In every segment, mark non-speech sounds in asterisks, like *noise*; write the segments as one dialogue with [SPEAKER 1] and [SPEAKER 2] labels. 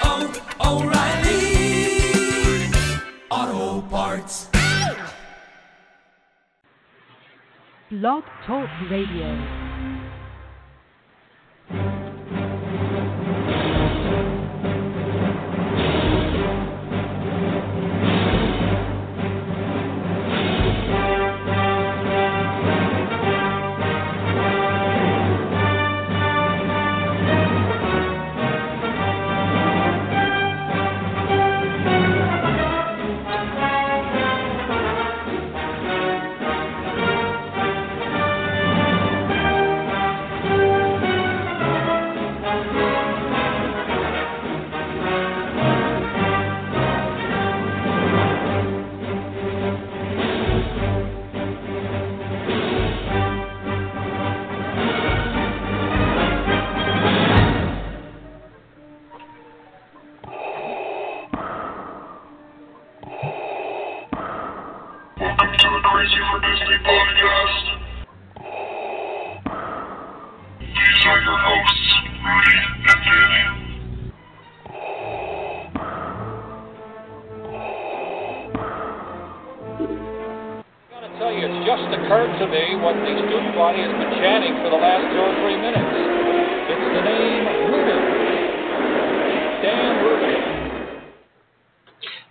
[SPEAKER 1] oh, oh, O'Reilly. Auto Parts.
[SPEAKER 2] Blog Talk Radio.
[SPEAKER 3] Welcome to the Crazy for Disney podcast. These are your hosts, Rudy and Danny.
[SPEAKER 4] I gotta tell you, it's just occurred to me what the student body has been chanting for the last two or three minutes. It's the name Rubin. Dan Rubin.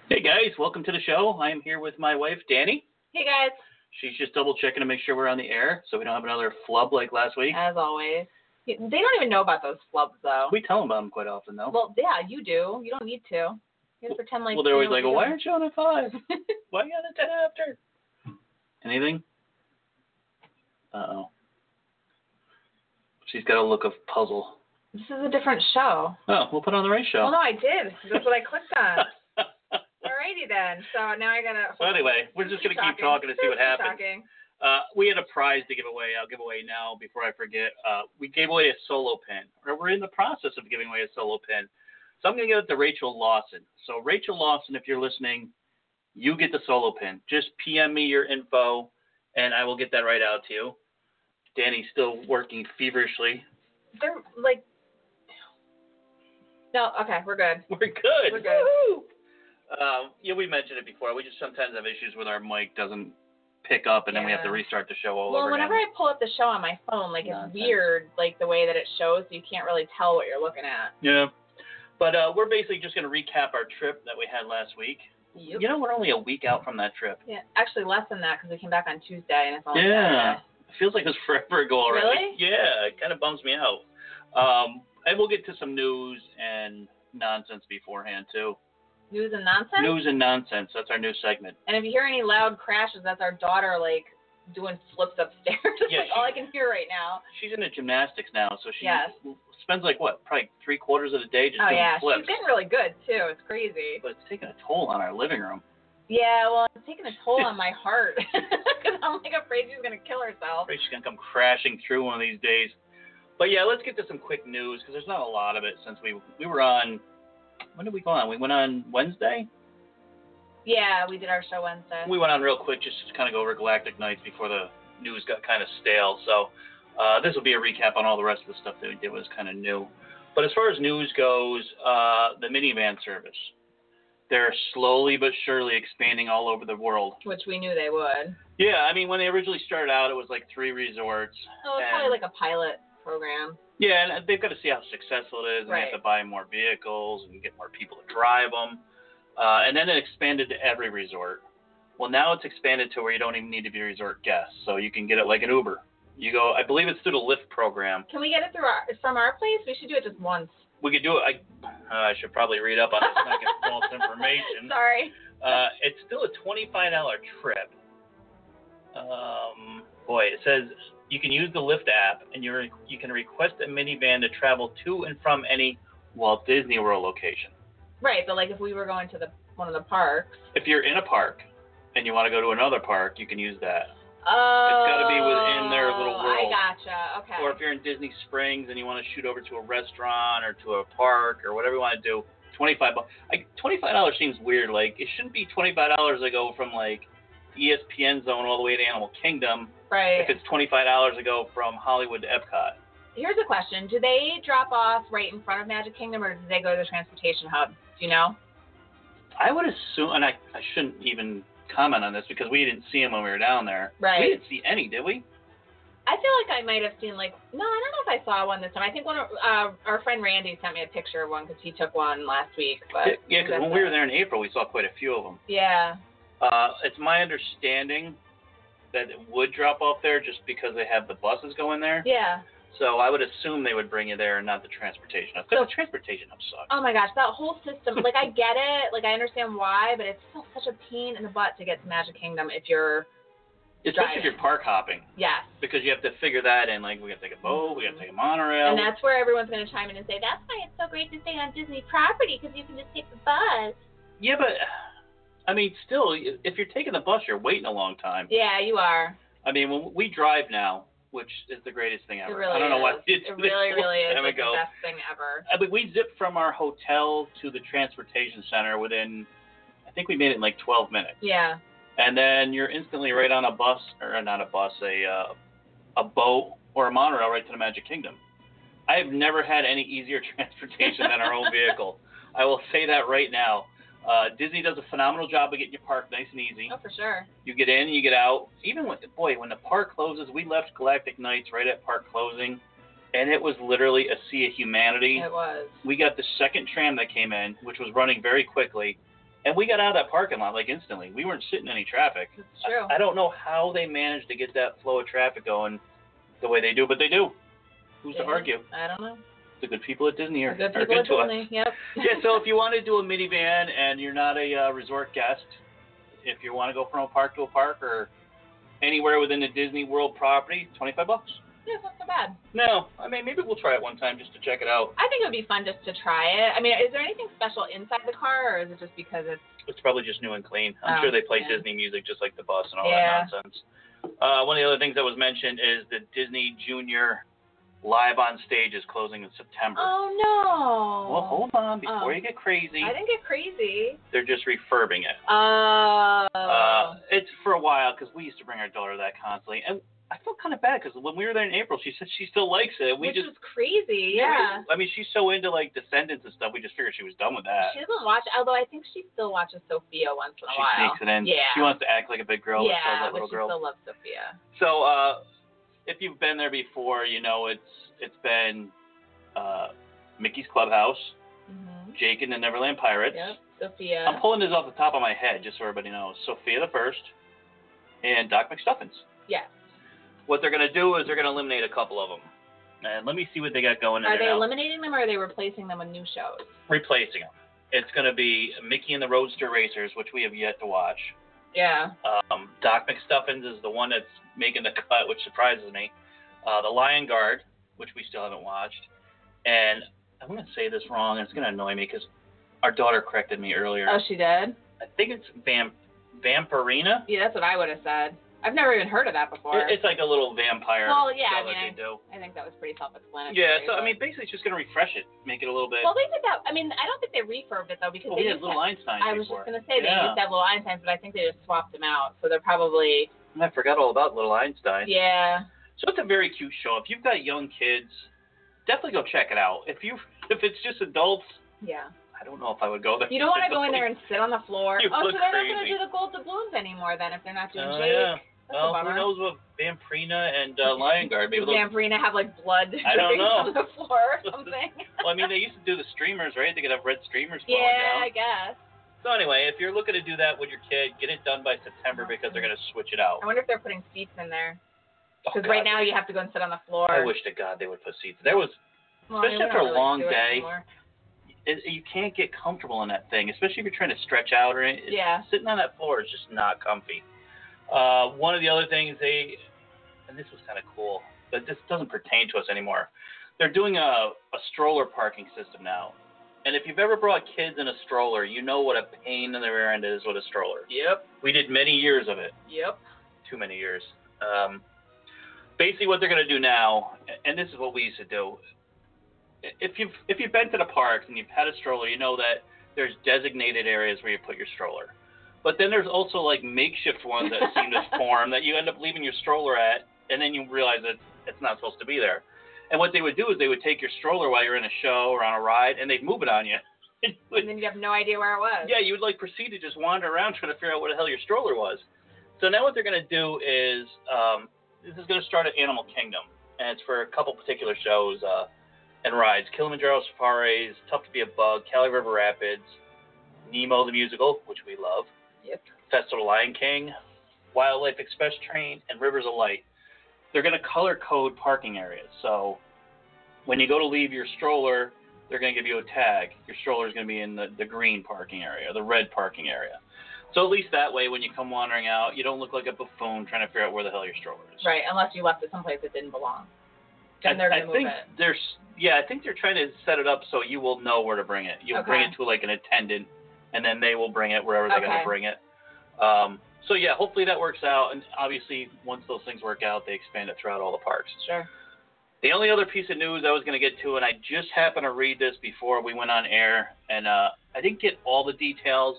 [SPEAKER 5] Hey guys, welcome to the show. I am here with my wife, Danny.
[SPEAKER 6] Hey guys,
[SPEAKER 5] She's just double checking to make sure we're on the air so we don't have another flub like last week.
[SPEAKER 6] as always. They don't even know about those flubs though.
[SPEAKER 5] We tell them about them quite often though.
[SPEAKER 6] Well, yeah, you do. You don't need to. You gotta pretend like.
[SPEAKER 5] well, they're always
[SPEAKER 6] you
[SPEAKER 5] like,
[SPEAKER 6] know
[SPEAKER 5] why
[SPEAKER 6] what
[SPEAKER 5] aren't you on a five? why are you on a 10 after? Anything? Uh oh. She's got a look of puzzle.
[SPEAKER 6] you're doing." *laughs* This is a different show.
[SPEAKER 5] Oh, we'll put on the right show.
[SPEAKER 6] Well, no, I did. That's what I clicked
[SPEAKER 5] *laughs*
[SPEAKER 6] on. Alrighty then. So now I gotta.
[SPEAKER 5] So anyway, we're just gonna keep talking to see what
[SPEAKER 6] Keep
[SPEAKER 5] happens.
[SPEAKER 6] talking.
[SPEAKER 5] Uh, we had a prize to give away. I'll give away now before I forget. Uh, we gave away a solo pin, or we're in the process of giving away a solo pin. So I'm going to give it to Rachel Lawson. So Rachel Lawson, if you're listening, you get the solo pin. Just PM me your info, and I will get that right out to you. Danny's still working feverishly. *laughs*
[SPEAKER 6] They're like. No, okay, we're good.
[SPEAKER 5] We're good.
[SPEAKER 6] We're good.
[SPEAKER 5] Woo! Um, yeah, we mentioned it before. We just sometimes have issues with our mic doesn't pick up, and then we have to
[SPEAKER 6] Yeah.
[SPEAKER 5] restart the show all
[SPEAKER 6] Well,
[SPEAKER 5] over
[SPEAKER 6] whenever
[SPEAKER 5] again.
[SPEAKER 6] I pull up the show on my phone, like
[SPEAKER 5] Nonsense.
[SPEAKER 6] it's weird, like the way that it shows, so you can't really tell what you're looking at.
[SPEAKER 5] Yeah. But uh, we're basically just going to recap our trip that we had last week. You know, we're only a week out from that trip.
[SPEAKER 6] Yeah, actually less than that because we came back on Tuesday and it's only
[SPEAKER 5] Yeah.
[SPEAKER 6] Saturday.
[SPEAKER 5] It feels like it was *laughs* forever ago already.
[SPEAKER 6] Really?
[SPEAKER 5] Yeah. It kind of bums me out. Um, and we'll get to some news and nonsense beforehand, too.
[SPEAKER 6] News and nonsense.
[SPEAKER 5] News and nonsense. That's our new segment.
[SPEAKER 6] And if you hear any loud crashes, that's our daughter like doing flips upstairs. *laughs* That's
[SPEAKER 5] Yeah,
[SPEAKER 6] like all I can hear right now.
[SPEAKER 5] She's into gymnastics now, so she
[SPEAKER 6] Yes.
[SPEAKER 5] spends like, what, probably three quarters of the day just
[SPEAKER 6] Oh
[SPEAKER 5] doing
[SPEAKER 6] yeah,
[SPEAKER 5] flips.
[SPEAKER 6] she's getting really good too. It's crazy.
[SPEAKER 5] but it's taking a toll on our living room.
[SPEAKER 6] Yeah, well, it's taking a toll on
[SPEAKER 5] *laughs*
[SPEAKER 6] my heart *laughs* because I'm like afraid she's gonna kill herself.
[SPEAKER 5] Afraid she's gonna come crashing through one of these days. But yeah, let's get to some quick news because there's not a lot of it since we we were on. When did we go on? We went on Wednesday.
[SPEAKER 6] Yeah, we did our show Wednesday.
[SPEAKER 5] We went on real quick just to kind of go over Galactic Nights before the news got kind of stale. So uh, this will be a recap on all the rest of the stuff that we did was kind of new. But as far as news goes, uh, the minivan service. They're slowly but surely expanding all over the world.
[SPEAKER 6] which we knew they would.
[SPEAKER 5] Yeah, I mean, when they originally started out, it was like three resorts.
[SPEAKER 6] Oh, it's
[SPEAKER 5] And-
[SPEAKER 6] probably like a pilot program.
[SPEAKER 5] Yeah, and uh, they've got to see how successful it is, and they
[SPEAKER 6] Right.
[SPEAKER 5] have to buy more vehicles and get more people to drive them. Uh, and then it expanded to every resort. Well, now it's expanded to where you don't even need to be a resort guest, so you can get it like an Uber. You go, I believe it's through the Lyft program.
[SPEAKER 6] Can we get it through our, from our place? We should do it just once.
[SPEAKER 5] We could do it. I, uh, I should probably read up on this and I get false
[SPEAKER 6] *laughs*
[SPEAKER 5] information.
[SPEAKER 6] Sorry.
[SPEAKER 5] Uh, it's still a twenty-five dollar trip. Um, boy, it says you can use the Lyft app, and you re- you can request a minivan to travel to and from any Walt Disney World location.
[SPEAKER 6] Right, but like if we were going to the one of the parks.
[SPEAKER 5] If you're in a park and you want to go to another park, you can use that.
[SPEAKER 6] Oh.
[SPEAKER 5] gotta be within their little world.
[SPEAKER 6] I gotcha. Okay.
[SPEAKER 5] Or if you're in Disney Springs and you want to shoot over to a restaurant or to a park or whatever you want to do, twenty-five bucks. Like twenty-five dollars seems weird. Like it shouldn't be twenty-five dollars to go from like E ESPN Zone all the way to Animal Kingdom.
[SPEAKER 6] right.
[SPEAKER 5] If it's twenty-five dollars to go from Hollywood to Epcot.
[SPEAKER 6] Here's a question: Do they drop off right in front of Magic Kingdom, or do they go to the transportation hub? Do you know?
[SPEAKER 5] I would assume, and I, I shouldn't even comment on this because we didn't see him when we were down there.
[SPEAKER 6] Right.
[SPEAKER 5] We didn't see any, did we?
[SPEAKER 6] I feel like I might have seen like no, I don't know if I saw one this time. I think one of uh, our friend Randy sent me a picture of one because he took one last week. But
[SPEAKER 5] yeah, because when we were there in April, we saw quite a few of them.
[SPEAKER 6] Yeah.
[SPEAKER 5] Uh, it's my understanding that it would drop off there just because they have the buses going there.
[SPEAKER 6] Yeah.
[SPEAKER 5] So I would assume they would bring you there and not the transportation hub. 'Cause the transportation hub sucks.
[SPEAKER 6] Oh my gosh, that whole system. Like I get it. Like I understand why, but it's still such a pain in the butt to get to Magic Kingdom if you're
[SPEAKER 5] Especially if you're park hopping
[SPEAKER 6] yes.
[SPEAKER 5] because you have to figure that in. Like, we got to take a boat, we got to take a monorail.
[SPEAKER 6] And that's where everyone's going to chime in and say, that's why it's so great to stay on Disney property because you can just take the bus.
[SPEAKER 5] yeah, but I mean, still, if you're taking the bus, you're waiting a long time.
[SPEAKER 6] Yeah, you are.
[SPEAKER 5] I mean, when we drive now, which is the greatest thing
[SPEAKER 6] It
[SPEAKER 5] ever.
[SPEAKER 6] really
[SPEAKER 5] I don't know why
[SPEAKER 6] is.
[SPEAKER 5] we did
[SPEAKER 6] It
[SPEAKER 5] this a
[SPEAKER 6] really,
[SPEAKER 5] long *laughs*
[SPEAKER 6] really is
[SPEAKER 5] time
[SPEAKER 6] like
[SPEAKER 5] ago.
[SPEAKER 6] the best thing ever.
[SPEAKER 5] I mean, we zipped from our hotel to the transportation center within, I think we made it in like 12 minutes,
[SPEAKER 6] Yeah.
[SPEAKER 5] and then you're instantly right on a bus or not a bus, a uh, a boat or a monorail right to the Magic Kingdom. I have never had any easier *laughs* transportation than our own vehicle. I will say that right now. Uh, Disney does a phenomenal job of getting you parked nice and easy.
[SPEAKER 6] Oh, for sure.
[SPEAKER 5] You get in, you get out. Even when, boy, when the park closes, we left Galactic Nights right at park closing, and it was literally a sea of humanity.
[SPEAKER 6] It was.
[SPEAKER 5] We got the second tram that came in, which was running very quickly, and we got out of that parking lot like instantly. We weren't sitting in any traffic.
[SPEAKER 6] It's true.
[SPEAKER 5] I, I don't know how they managed to get that flow of traffic going the way they do, but they do. Who's to
[SPEAKER 6] Yeah.
[SPEAKER 5] argue?
[SPEAKER 6] I don't know.
[SPEAKER 5] The good people at Disney are,
[SPEAKER 6] Good
[SPEAKER 5] are
[SPEAKER 6] people
[SPEAKER 5] good
[SPEAKER 6] at
[SPEAKER 5] to us
[SPEAKER 6] Disney. Yep.
[SPEAKER 5] *laughs* yeah, so if you want to do a minivan and you're not a uh, resort guest, if you want to go from a park to a park or anywhere within the Disney World property, 25 bucks.
[SPEAKER 6] *laughs* yeah, it's not so bad.
[SPEAKER 5] No, I mean maybe we'll try it one time just to check it out.
[SPEAKER 6] I think it would be fun just to try it. I mean, is there anything special inside the car, or is it just because it's
[SPEAKER 5] It's probably just new and clean. I'm
[SPEAKER 6] Oh,
[SPEAKER 5] sure they play
[SPEAKER 6] yeah.
[SPEAKER 5] Disney music just like the bus and all
[SPEAKER 6] Yeah.
[SPEAKER 5] that nonsense. Uh, one of the other things that was mentioned is the Disney Junior Live on Stage is closing in September.
[SPEAKER 6] oh no?
[SPEAKER 5] Well, hold on before
[SPEAKER 6] Oh.
[SPEAKER 5] you get crazy.
[SPEAKER 6] I didn't get crazy.
[SPEAKER 5] They're just refurbing it.
[SPEAKER 6] Oh.
[SPEAKER 5] Uh, it's for a while because we used to bring our daughter to that constantly, and I felt kind of bad because when we were there in April, she said she still likes it. We
[SPEAKER 6] which
[SPEAKER 5] just,
[SPEAKER 6] was crazy. Yeah.
[SPEAKER 5] I mean, she's so into like Descendants and stuff. We just figured she was done with that.
[SPEAKER 6] She doesn't watch, although I think she still watches Sophia once in a
[SPEAKER 5] She
[SPEAKER 6] while.
[SPEAKER 5] sneaks it in.
[SPEAKER 6] Yeah.
[SPEAKER 5] She wants to act like a big girl, but so
[SPEAKER 6] yeah,
[SPEAKER 5] that little
[SPEAKER 6] but she
[SPEAKER 5] girl.
[SPEAKER 6] still loves Sophia.
[SPEAKER 5] So, uh, if you've been there before, you know it's it's been uh, Mickey's Clubhouse,
[SPEAKER 6] hmm
[SPEAKER 5] Jake and the Neverland Pirates.
[SPEAKER 6] Yep. Sophia.
[SPEAKER 5] I'm pulling this off the top of my head just so everybody knows. Sophia the First, and Doc McStuffins.
[SPEAKER 6] yes.
[SPEAKER 5] what they're going to do is they're going to eliminate a couple of them. And let me see what they got going in
[SPEAKER 6] Are
[SPEAKER 5] there
[SPEAKER 6] they
[SPEAKER 5] now.
[SPEAKER 6] eliminating them or are they replacing them with new shows?
[SPEAKER 5] Replacing them. It's going to be Mickey and the Roadster Racers, which we have yet to watch.
[SPEAKER 6] Yeah.
[SPEAKER 5] Um, Doc McStuffins is the one that's making the cut, which surprises me. Uh, the Lion Guard, which we still haven't watched. And I'm going to say this wrong, and it's going to annoy me because our daughter corrected me earlier.
[SPEAKER 6] Oh, she did?
[SPEAKER 5] I think it's Vamp- Vampirina.
[SPEAKER 6] Yeah, that's what I would have said. I've never even heard of that before.
[SPEAKER 5] It- It's like a little vampire
[SPEAKER 6] Well, yeah,
[SPEAKER 5] show
[SPEAKER 6] I mean,
[SPEAKER 5] that they do.
[SPEAKER 6] I think that was pretty self explanatory.
[SPEAKER 5] Yeah, so I mean, basically, it's just going to refresh it, make it a little bit.
[SPEAKER 6] Well, they did that. I mean, I don't think they refurbed it, though,
[SPEAKER 5] Well,
[SPEAKER 6] because
[SPEAKER 5] we
[SPEAKER 6] they
[SPEAKER 5] had
[SPEAKER 6] used
[SPEAKER 5] Little
[SPEAKER 6] to-
[SPEAKER 5] Einstein.
[SPEAKER 6] I was
[SPEAKER 5] before.
[SPEAKER 6] just going to say they
[SPEAKER 5] yeah.
[SPEAKER 6] used to have little Einsteins, but I think they just swapped them out. So they're probably,
[SPEAKER 5] And I forgot all about Little Einstein.
[SPEAKER 6] yeah.
[SPEAKER 5] So it's a very cute show. If you've got young kids, definitely go check it out. If you *laughs* if it's just adults,
[SPEAKER 6] Yeah.
[SPEAKER 5] I don't know if I would go there.
[SPEAKER 6] You don't want to go in there and sit on the floor.
[SPEAKER 5] You
[SPEAKER 6] oh,
[SPEAKER 5] look
[SPEAKER 6] so they're not
[SPEAKER 5] crazy.
[SPEAKER 6] going to do the gold doubloons anymore then if they're not doing
[SPEAKER 5] Oh,
[SPEAKER 6] Jake.
[SPEAKER 5] yeah. *laughs*
[SPEAKER 6] That's a
[SPEAKER 5] Well, who
[SPEAKER 6] bummer.
[SPEAKER 5] knows what Vamprina and uh, Lion Guard? Maybe
[SPEAKER 6] Does
[SPEAKER 5] those.
[SPEAKER 6] Vampirina have like blood
[SPEAKER 5] I don't
[SPEAKER 6] dripping
[SPEAKER 5] know.
[SPEAKER 6] from the floor or
[SPEAKER 5] *laughs*
[SPEAKER 6] something?
[SPEAKER 5] well, I mean, they used to do the streamers, right? They could have red streamers flowing
[SPEAKER 6] yeah, I
[SPEAKER 5] down.
[SPEAKER 6] guess.
[SPEAKER 5] So anyway, if you're looking to do that with your kid, get it done by September because they're going to switch it out.
[SPEAKER 6] I wonder if they're putting seats in there.
[SPEAKER 5] Oh,
[SPEAKER 6] Because
[SPEAKER 5] God.
[SPEAKER 6] right now you have to go and sit on the floor.
[SPEAKER 5] I wish to God they would put seats. There was
[SPEAKER 6] Well, I mean,
[SPEAKER 5] especially
[SPEAKER 6] we
[SPEAKER 5] after a
[SPEAKER 6] don't really
[SPEAKER 5] long
[SPEAKER 6] do it
[SPEAKER 5] day.
[SPEAKER 6] anymore.
[SPEAKER 5] it, you can't get comfortable in that thing, especially if you're trying to stretch out or anything.
[SPEAKER 6] Yeah.
[SPEAKER 5] Sitting on that floor is just not comfy. Uh, one of the other things they, and this was kind of cool, but this doesn't pertain to us anymore. They're doing a, a stroller parking system now. And if you've ever brought kids in a stroller, you know what a pain in the rear end is with a stroller.
[SPEAKER 6] Yep.
[SPEAKER 5] We did many years of it.
[SPEAKER 6] Yep.
[SPEAKER 5] Too many years. Um, basically, what they're going to do now, and this is what we used to do. If you've if you've been to the parks and you've had a stroller, you know that there's designated areas where you put your stroller. But then there's also like makeshift ones that seem to form that you end up leaving your stroller at, and then you realize that it's not supposed to be there. And what they would do is they would take your stroller while you're in a show or on a ride, and they'd move it on you. *laughs* And you would-
[SPEAKER 6] And then you have no idea where it was.
[SPEAKER 5] yeah, you would like proceed to just wander around trying to figure out where the hell your stroller was. So now what they're going to do is um, this is going to start at Animal Kingdom, and it's for a couple particular shows uh, and rides: Kilimanjaro Safaris, Tough to Be a Bug, Cali River Rapids, Nemo the Musical, which we love,
[SPEAKER 6] Yep.
[SPEAKER 5] Festival of Lion King, Wildlife Express Train, and Rivers of Light. They're going to color code parking areas. So when you go to leave your stroller, they're going to give you a tag. Your stroller is going to be in the, the green parking area, the red parking area. So at least that way, when you come wandering out, you don't look like a buffoon trying to figure out where the hell your stroller is.
[SPEAKER 6] Right, unless you left it someplace it didn't belong. Then they're
[SPEAKER 5] I, I
[SPEAKER 6] going to move
[SPEAKER 5] think
[SPEAKER 6] it.
[SPEAKER 5] there's yeah, I think they're trying to set it up so you will know where to bring it. You'll bring
[SPEAKER 6] Okay.
[SPEAKER 5] it to like an attendant, and then they will bring it wherever they're going
[SPEAKER 6] Okay.
[SPEAKER 5] to bring it. Um, so yeah, hopefully that works out. And obviously, once those things work out, they expand it throughout all the parks.
[SPEAKER 6] Sure.
[SPEAKER 5] The only other piece of news I was going to get to, and I just happened to read this before we went on air, and uh, I didn't get all the details,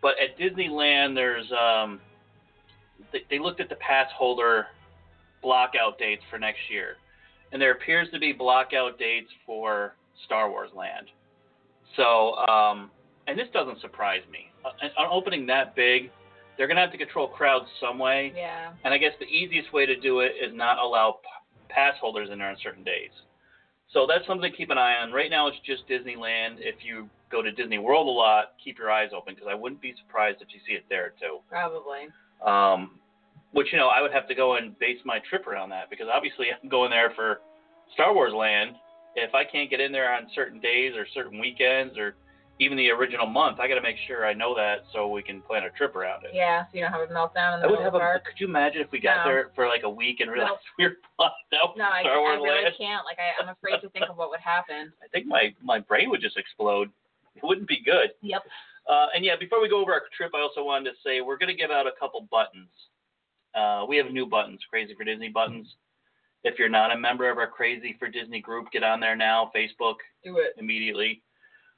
[SPEAKER 5] but at Disneyland, there's um, they, they looked at the pass holder blockout dates for next year, and there appears to be blockout dates for Star Wars Land. So, um, and this doesn't surprise me. Uh, an an opening that big, they're going to have to control crowds some way.
[SPEAKER 6] Yeah.
[SPEAKER 5] And I guess the easiest way to do it is not allow p- pass holders in there on certain days. So that's something to keep an eye on. Right now, it's just Disneyland. If you go to Disney World a lot, keep your eyes open because I wouldn't be surprised if you see it there too.
[SPEAKER 6] Probably.
[SPEAKER 5] Um, which you know, I would have to go and base my trip around that because obviously *laughs* I'm going there for Star Wars Land. If I can't get in there on certain days or certain weekends or even the original month, I got to make sure I know that so we can plan a trip around it.
[SPEAKER 6] Yeah, so you don't have a meltdown in the
[SPEAKER 5] I would
[SPEAKER 6] middle
[SPEAKER 5] have
[SPEAKER 6] of
[SPEAKER 5] a.
[SPEAKER 6] the
[SPEAKER 5] *laughs*
[SPEAKER 6] park.
[SPEAKER 5] Could you imagine if we got
[SPEAKER 6] No.
[SPEAKER 5] there for like a week and realized
[SPEAKER 6] Nope.
[SPEAKER 5] *laughs* we were blocked out
[SPEAKER 6] No, I,
[SPEAKER 5] Star
[SPEAKER 6] I
[SPEAKER 5] Wars
[SPEAKER 6] really
[SPEAKER 5] land?
[SPEAKER 6] can't. Like, I, I'm afraid to think of what would happen.
[SPEAKER 5] I think my my brain would just explode. It wouldn't be good.
[SPEAKER 6] Yep.
[SPEAKER 5] Uh, and yeah, before we go over our trip, I also wanted to say we're going to give out a couple buttons. Uh, we have new buttons, Crazy for Disney buttons. If you're not a member of our Crazy for Disney group, get on there now, Facebook
[SPEAKER 6] Do it.
[SPEAKER 5] immediately.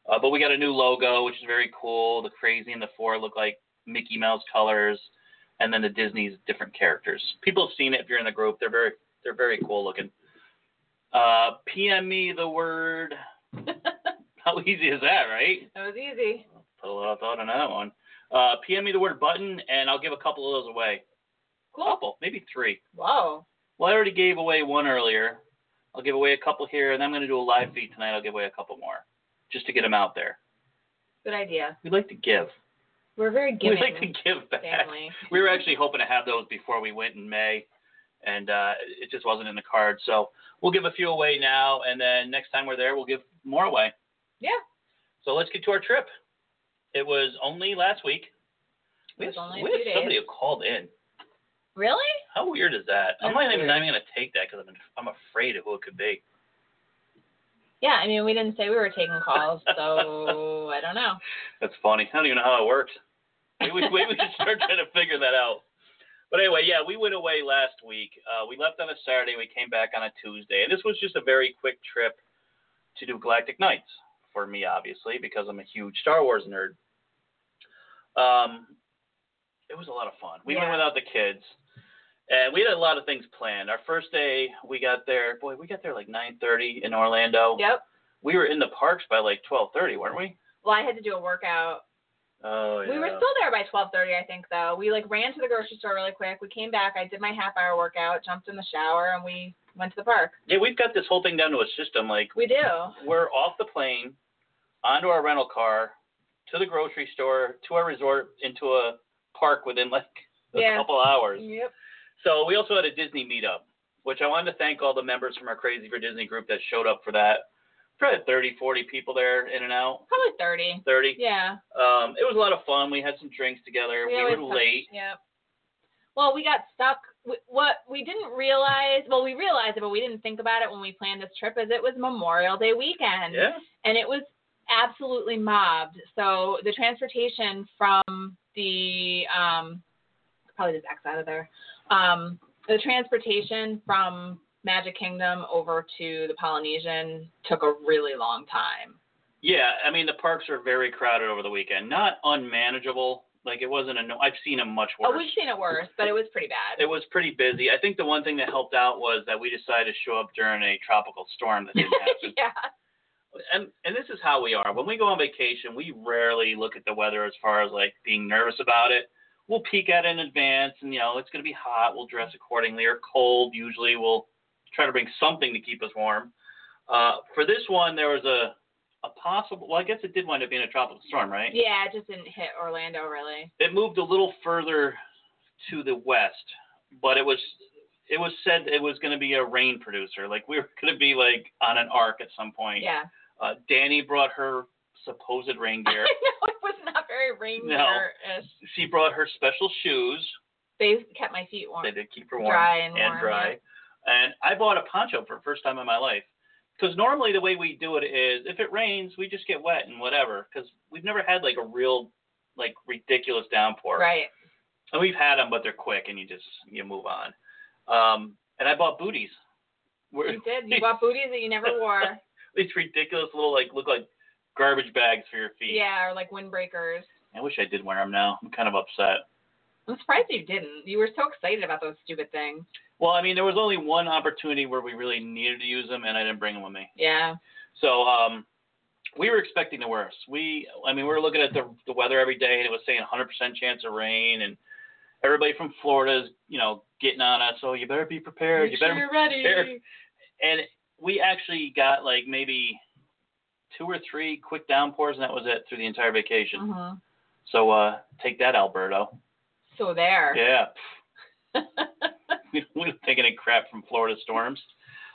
[SPEAKER 5] Uh, but we got a new logo, which is very cool. The crazy and the four look like Mickey Mouse colors, and then the Disney's different characters. People have seen it if you're in the group. They're very they're very cool looking. Uh, PM me the word. How easy is that, right?
[SPEAKER 6] That was easy.
[SPEAKER 5] Put a lot of thought on that one. Uh, PM me the word button, and I'll give a couple of those away.
[SPEAKER 6] Cool.
[SPEAKER 5] Couple, maybe three.
[SPEAKER 6] Whoa.
[SPEAKER 5] Well, I already gave away one earlier. I'll give away a couple here, and I'm going to do a live feed tonight. I'll give away a couple more just to get them out there.
[SPEAKER 6] Good idea.
[SPEAKER 5] We like to give.
[SPEAKER 6] We're a very giving
[SPEAKER 5] we like to give back.
[SPEAKER 6] *laughs* family.
[SPEAKER 5] *laughs* We were actually hoping to have those before we went in May, and uh, it just wasn't in the cards. So we'll give a few away now, and then next time we're there, we'll give more away.
[SPEAKER 6] Yeah.
[SPEAKER 5] So let's get to our trip. It was only last week. We
[SPEAKER 6] It
[SPEAKER 5] had,
[SPEAKER 6] was only a
[SPEAKER 5] we had
[SPEAKER 6] few days.
[SPEAKER 5] somebody who called in.
[SPEAKER 6] Really?
[SPEAKER 5] How weird is that? I'm
[SPEAKER 6] That's
[SPEAKER 5] not even,
[SPEAKER 6] weird.
[SPEAKER 5] not even going to take that because I'm, I'm afraid of who it could be.
[SPEAKER 6] Yeah, I mean, we didn't say we were taking calls, so *laughs* I don't know.
[SPEAKER 5] That's funny. I don't even know how it works. Maybe we, maybe we should start trying to figure that out. But anyway, yeah, we went away last week. Uh, we left on a Saturday. We came back on a Tuesday. And this was just a very quick trip to do Galactic Nights for me, obviously, because I'm a huge Star Wars nerd. Um, it was a lot of fun. We went
[SPEAKER 6] Yeah.
[SPEAKER 5] without the kids. And we had a lot of things planned. Our first day, we got there. Boy, we got there like 9:30 in Orlando.
[SPEAKER 6] Yep.
[SPEAKER 5] We were in the parks by like 12:30, weren't we?
[SPEAKER 6] Well, I had to do a workout.
[SPEAKER 5] Oh yeah.
[SPEAKER 6] We were still there by 12:30, I think, though. We like ran to the grocery store really quick. We came back. I did my half hour workout, jumped in the shower, and we went to the park.
[SPEAKER 5] Yeah, we've got this whole thing down to a system. Like
[SPEAKER 6] We do.
[SPEAKER 5] we're off the plane, onto our rental car, to the grocery store, to our resort, into a park within like a
[SPEAKER 6] Yeah.
[SPEAKER 5] couple hours.
[SPEAKER 6] Yep.
[SPEAKER 5] So we also had a Disney meetup, which I wanted to thank all the members from our Crazy for Disney group that showed up for that. Probably 30, 40 people there, in and out,
[SPEAKER 6] Probably 30.
[SPEAKER 5] 30.
[SPEAKER 6] Yeah.
[SPEAKER 5] Um, it was a lot of fun. We had some drinks together.
[SPEAKER 6] We
[SPEAKER 5] we
[SPEAKER 6] always
[SPEAKER 5] were
[SPEAKER 6] touch-
[SPEAKER 5] late.
[SPEAKER 6] Yep. Well, we got stuck. w- What we didn't realize, well, we realized it, but we didn't think about it when we planned this trip, is it was Memorial Day weekend.
[SPEAKER 5] Yeah.
[SPEAKER 6] and it was absolutely mobbed. So the transportation from the um, probably just X out of there. Um, the transportation from Magic Kingdom over to the Polynesian took a really long time.
[SPEAKER 5] Yeah, I mean the parks are very crowded over the weekend. Not unmanageable. Like it wasn't a no. I've seen them much worse.
[SPEAKER 6] Oh, we've seen it worse, but it was pretty bad.
[SPEAKER 5] It was pretty busy. I think the one thing that helped out was that we decided to show up during a tropical storm that didn't
[SPEAKER 6] *laughs*
[SPEAKER 5] happen.
[SPEAKER 6] yeah.
[SPEAKER 5] and and this is how we are. When we go on vacation, we rarely look at the weather as far as like being nervous about it. We'll peek at it in advance, and you know it's going to be hot. We'll dress accordingly. Or cold, usually we'll try to bring something to keep us warm. Uh, for this one, there was a a possible. Well, I guess it did wind up being a tropical storm, right?
[SPEAKER 6] Yeah, it just didn't hit Orlando really.
[SPEAKER 5] It moved a little further to the west, but it was it was said it was going to be a rain producer. Like we were *laughs* going to be like on an arc at some point. *laughs*
[SPEAKER 6] Yeah.
[SPEAKER 5] Uh, Danny brought her supposed rain
[SPEAKER 6] *laughs*
[SPEAKER 5] gear.
[SPEAKER 6] no, it was not very reindeer-ish.
[SPEAKER 5] she brought her special shoes.
[SPEAKER 6] They kept my feet warm.
[SPEAKER 5] They did keep her warm
[SPEAKER 6] Dry and warm,
[SPEAKER 5] dry.
[SPEAKER 6] yeah.
[SPEAKER 5] And I bought a poncho for the first time in my life. Because normally the way we do it is if it rains, we just get wet and whatever. Because we've never had like a real, like ridiculous downpour.
[SPEAKER 6] Right.
[SPEAKER 5] And we've had them, but they're quick and you just you move on. Um, and I bought booties. We're- *laughs*
[SPEAKER 6] You did. You bought booties that you never wore.
[SPEAKER 5] these ridiculous little like look like garbage bags for your feet.
[SPEAKER 6] Yeah, or like windbreakers.
[SPEAKER 5] I wish I did wear them now. I'm kind of upset.
[SPEAKER 6] I'm surprised you didn't. You were so excited about those stupid things.
[SPEAKER 5] Well, I mean, there was only one opportunity where we really needed to use them, and I didn't bring them with me.
[SPEAKER 6] Yeah.
[SPEAKER 5] So um, we were expecting the worst. We, I mean, we were looking at the, the weather every day, and it was saying 100% chance of rain, and everybody from Florida is, you know, getting on us. So you better be prepared.
[SPEAKER 6] Make
[SPEAKER 5] you
[SPEAKER 6] sure
[SPEAKER 5] better.
[SPEAKER 6] you're ready.
[SPEAKER 5] prepared. And we actually got like maybe two or three quick downpours, and that was it through the entire vacation.
[SPEAKER 6] Mhm.
[SPEAKER 5] So uh, take that, Alberto.
[SPEAKER 6] So there.
[SPEAKER 5] Yeah. *laughs* we don't take any crap from Florida storms.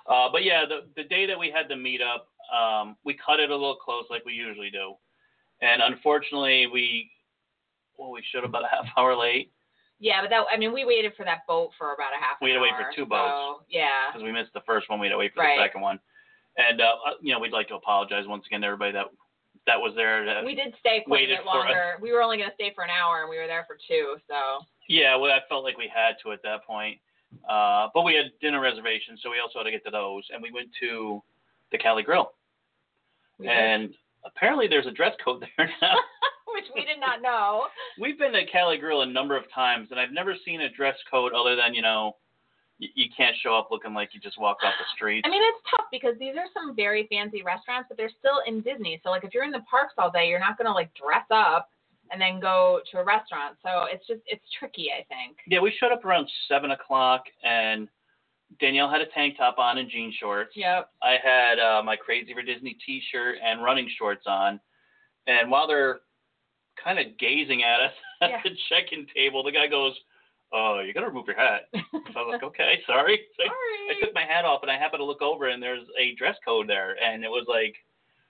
[SPEAKER 5] Uh, but yeah, the, the day that we had the meetup, um, we cut it a little close like we usually do. And unfortunately, we, well, we showed about a half *laughs* hour late
[SPEAKER 6] Yeah, but that I mean, we waited for that boat for about a half.
[SPEAKER 5] We had to
[SPEAKER 6] an
[SPEAKER 5] wait for
[SPEAKER 6] hour,
[SPEAKER 5] two
[SPEAKER 6] so,
[SPEAKER 5] boats.
[SPEAKER 6] yeah.
[SPEAKER 5] because we missed the first one. We had to wait for
[SPEAKER 6] Right.
[SPEAKER 5] the second one. And, uh, uh, you know, we'd like to apologize once again to everybody that, that was there. That,
[SPEAKER 6] We did stay quite a
[SPEAKER 5] waited
[SPEAKER 6] bit
[SPEAKER 5] for us.
[SPEAKER 6] longer. We were only going to stay for an hour, and we were there for two. So *laughs*
[SPEAKER 5] yeah, well, I felt like we had to at that point. Uh, but we had dinner reservations, so we also had to get to those. And we went to the Cali Grill.
[SPEAKER 6] we did-
[SPEAKER 5] And apparently there's a dress code *laughs* there now.
[SPEAKER 6] which we did not know.
[SPEAKER 5] We've been to Cali Grill a number of times, and I've never seen a dress code other than you know, you, you can't show up looking like you just walked off the street.
[SPEAKER 6] I mean, it's tough because these are some very fancy restaurants, but they're still in Disney. So like, if you're in the parks all day, you're not going to like dress up and then go to a restaurant. So it's just it's tricky, I think.
[SPEAKER 5] Yeah, we showed up around seven o'clock, and Danielle had a tank top on and jean shorts.
[SPEAKER 6] Yep.
[SPEAKER 5] I had uh, my Crazy for Disney T-shirt and running shorts on, and while they're kind of gazing at us *laughs* at
[SPEAKER 6] Yeah.
[SPEAKER 5] the check-in table, the guy goes, "Oh, you gotta remove your hat." So I was like, "Okay, *laughs* sorry." So I I
[SPEAKER 6] Sorry.
[SPEAKER 5] took my hat off and I happened to look over and there's a dress code there and it was like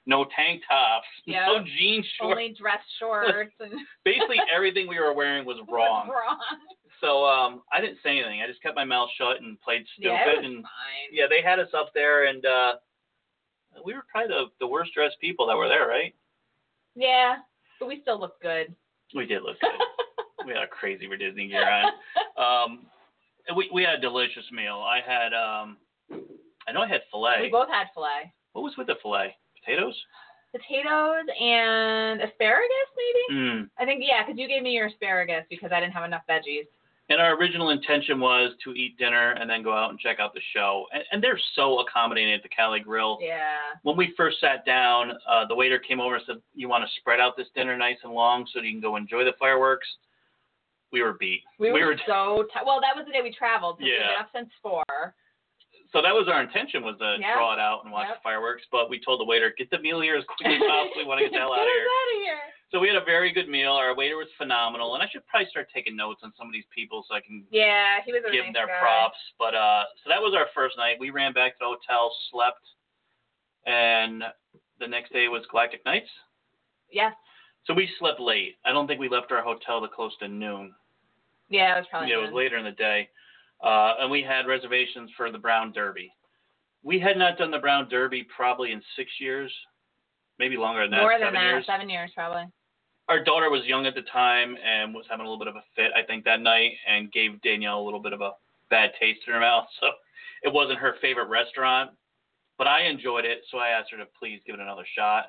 [SPEAKER 5] no tank tops, *laughs*
[SPEAKER 6] Yeah.
[SPEAKER 5] no jean shorts.
[SPEAKER 6] *laughs* Only dress shorts and
[SPEAKER 5] Basically everything we were wearing was *laughs* wrong.
[SPEAKER 6] *laughs* wrong.
[SPEAKER 5] So um I didn't say anything. I just kept my mouth shut and played stupid
[SPEAKER 6] Yeah, it was
[SPEAKER 5] and
[SPEAKER 6] fine.
[SPEAKER 5] yeah, they had us up there and uh we were probably the, the worst dressed people that were there, right?
[SPEAKER 6] Yeah, but we still look good.
[SPEAKER 5] We did *laughs* look good. we had a crazy for Disney gear on. Um and we we had a delicious meal. I had um I know I had
[SPEAKER 6] We
[SPEAKER 5] filet.
[SPEAKER 6] both had filet,
[SPEAKER 5] What was with the filet? Potatoes?
[SPEAKER 6] potatoes, and asparagus, maybe.
[SPEAKER 5] Mm.
[SPEAKER 6] I think yeah, because you gave me your asparagus because I didn't have enough veggies.
[SPEAKER 5] And our original intention was to eat dinner and then go out and check out the show. And, and they're so accommodating at the Cali Grill.
[SPEAKER 6] Yeah.
[SPEAKER 5] When we first sat down, uh, the waiter came over and said, "You want to spread out this dinner nice and long so that you can go enjoy the fireworks." We were beat.
[SPEAKER 6] We were, so ti well. That was the day we traveled. So
[SPEAKER 5] Yeah.
[SPEAKER 6] We've been up since four.
[SPEAKER 5] so that was our intention was to
[SPEAKER 6] Yeah.
[SPEAKER 5] draw it out and watch
[SPEAKER 6] Yep.
[SPEAKER 5] the fireworks. But we told the waiter, "Get the meal here as
[SPEAKER 6] *laughs*
[SPEAKER 5] quickly as possible. We want to get the hell out of here."
[SPEAKER 6] us out
[SPEAKER 5] So we had a very good meal. Our waiter was phenomenal, and I should probably start taking notes on some of these people so I can
[SPEAKER 6] of here. Yeah, he was a
[SPEAKER 5] give
[SPEAKER 6] nice
[SPEAKER 5] them their
[SPEAKER 6] guy.
[SPEAKER 5] props. But uh, so that was our first night. We ran back to the hotel, slept, and the next day was Galactic Nights.
[SPEAKER 6] Yes.
[SPEAKER 5] So we slept late. I don't think we left our hotel till close to noon.
[SPEAKER 6] Oh, Yeah, it was probably.
[SPEAKER 5] Yeah, it was later in the day, uh, and we had reservations for the Brown Derby. We had not done the Brown Derby probably in six years, maybe longer than that.
[SPEAKER 6] More
[SPEAKER 5] seven
[SPEAKER 6] than that,
[SPEAKER 5] years.
[SPEAKER 6] seven years probably.
[SPEAKER 5] our daughter was young at the time and was having a little bit of a fit, I think, that night, and gave Danielle a little bit of a bad taste in her *laughs* mouth. So it wasn't her favorite restaurant, but I enjoyed it, so I asked her to please give it another shot,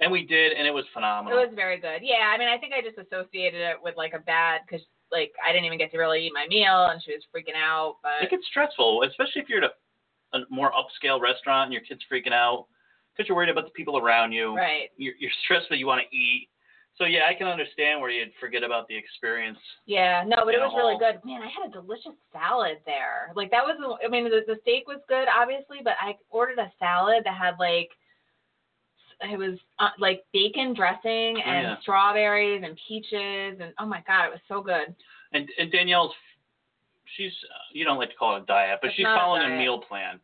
[SPEAKER 5] and we did, and it was
[SPEAKER 6] It
[SPEAKER 5] phenomenal.
[SPEAKER 6] was very good. Yeah, I mean, I think I just associated it with like a bad because like I didn't even get to really eat my meal, and she was freaking out.
[SPEAKER 5] it
[SPEAKER 6] But
[SPEAKER 5] gets stressful, especially if you're at a, a more upscale restaurant and your kid's freaking out because you're worried about the people around you.
[SPEAKER 6] right,
[SPEAKER 5] You're, you're stressed that you want to eat. So yeah, I can understand where you'd forget about the experience.
[SPEAKER 6] yeah, no, but it
[SPEAKER 5] Yeah,
[SPEAKER 6] was really
[SPEAKER 5] well-
[SPEAKER 6] good. Man, I had a delicious salad there. Like that was, the- I mean, the, the steak was good, obviously, but I ordered a salad that had like. It was uh, like bacon dressing
[SPEAKER 5] Oh,
[SPEAKER 6] and
[SPEAKER 5] yeah.
[SPEAKER 6] strawberries and peaches and oh my god, it was so good.
[SPEAKER 5] And and Danielle's, she's uh, you don't like to call it a diet, but
[SPEAKER 6] It's
[SPEAKER 5] she's
[SPEAKER 6] not a
[SPEAKER 5] following a
[SPEAKER 6] diet.
[SPEAKER 5] meal plan,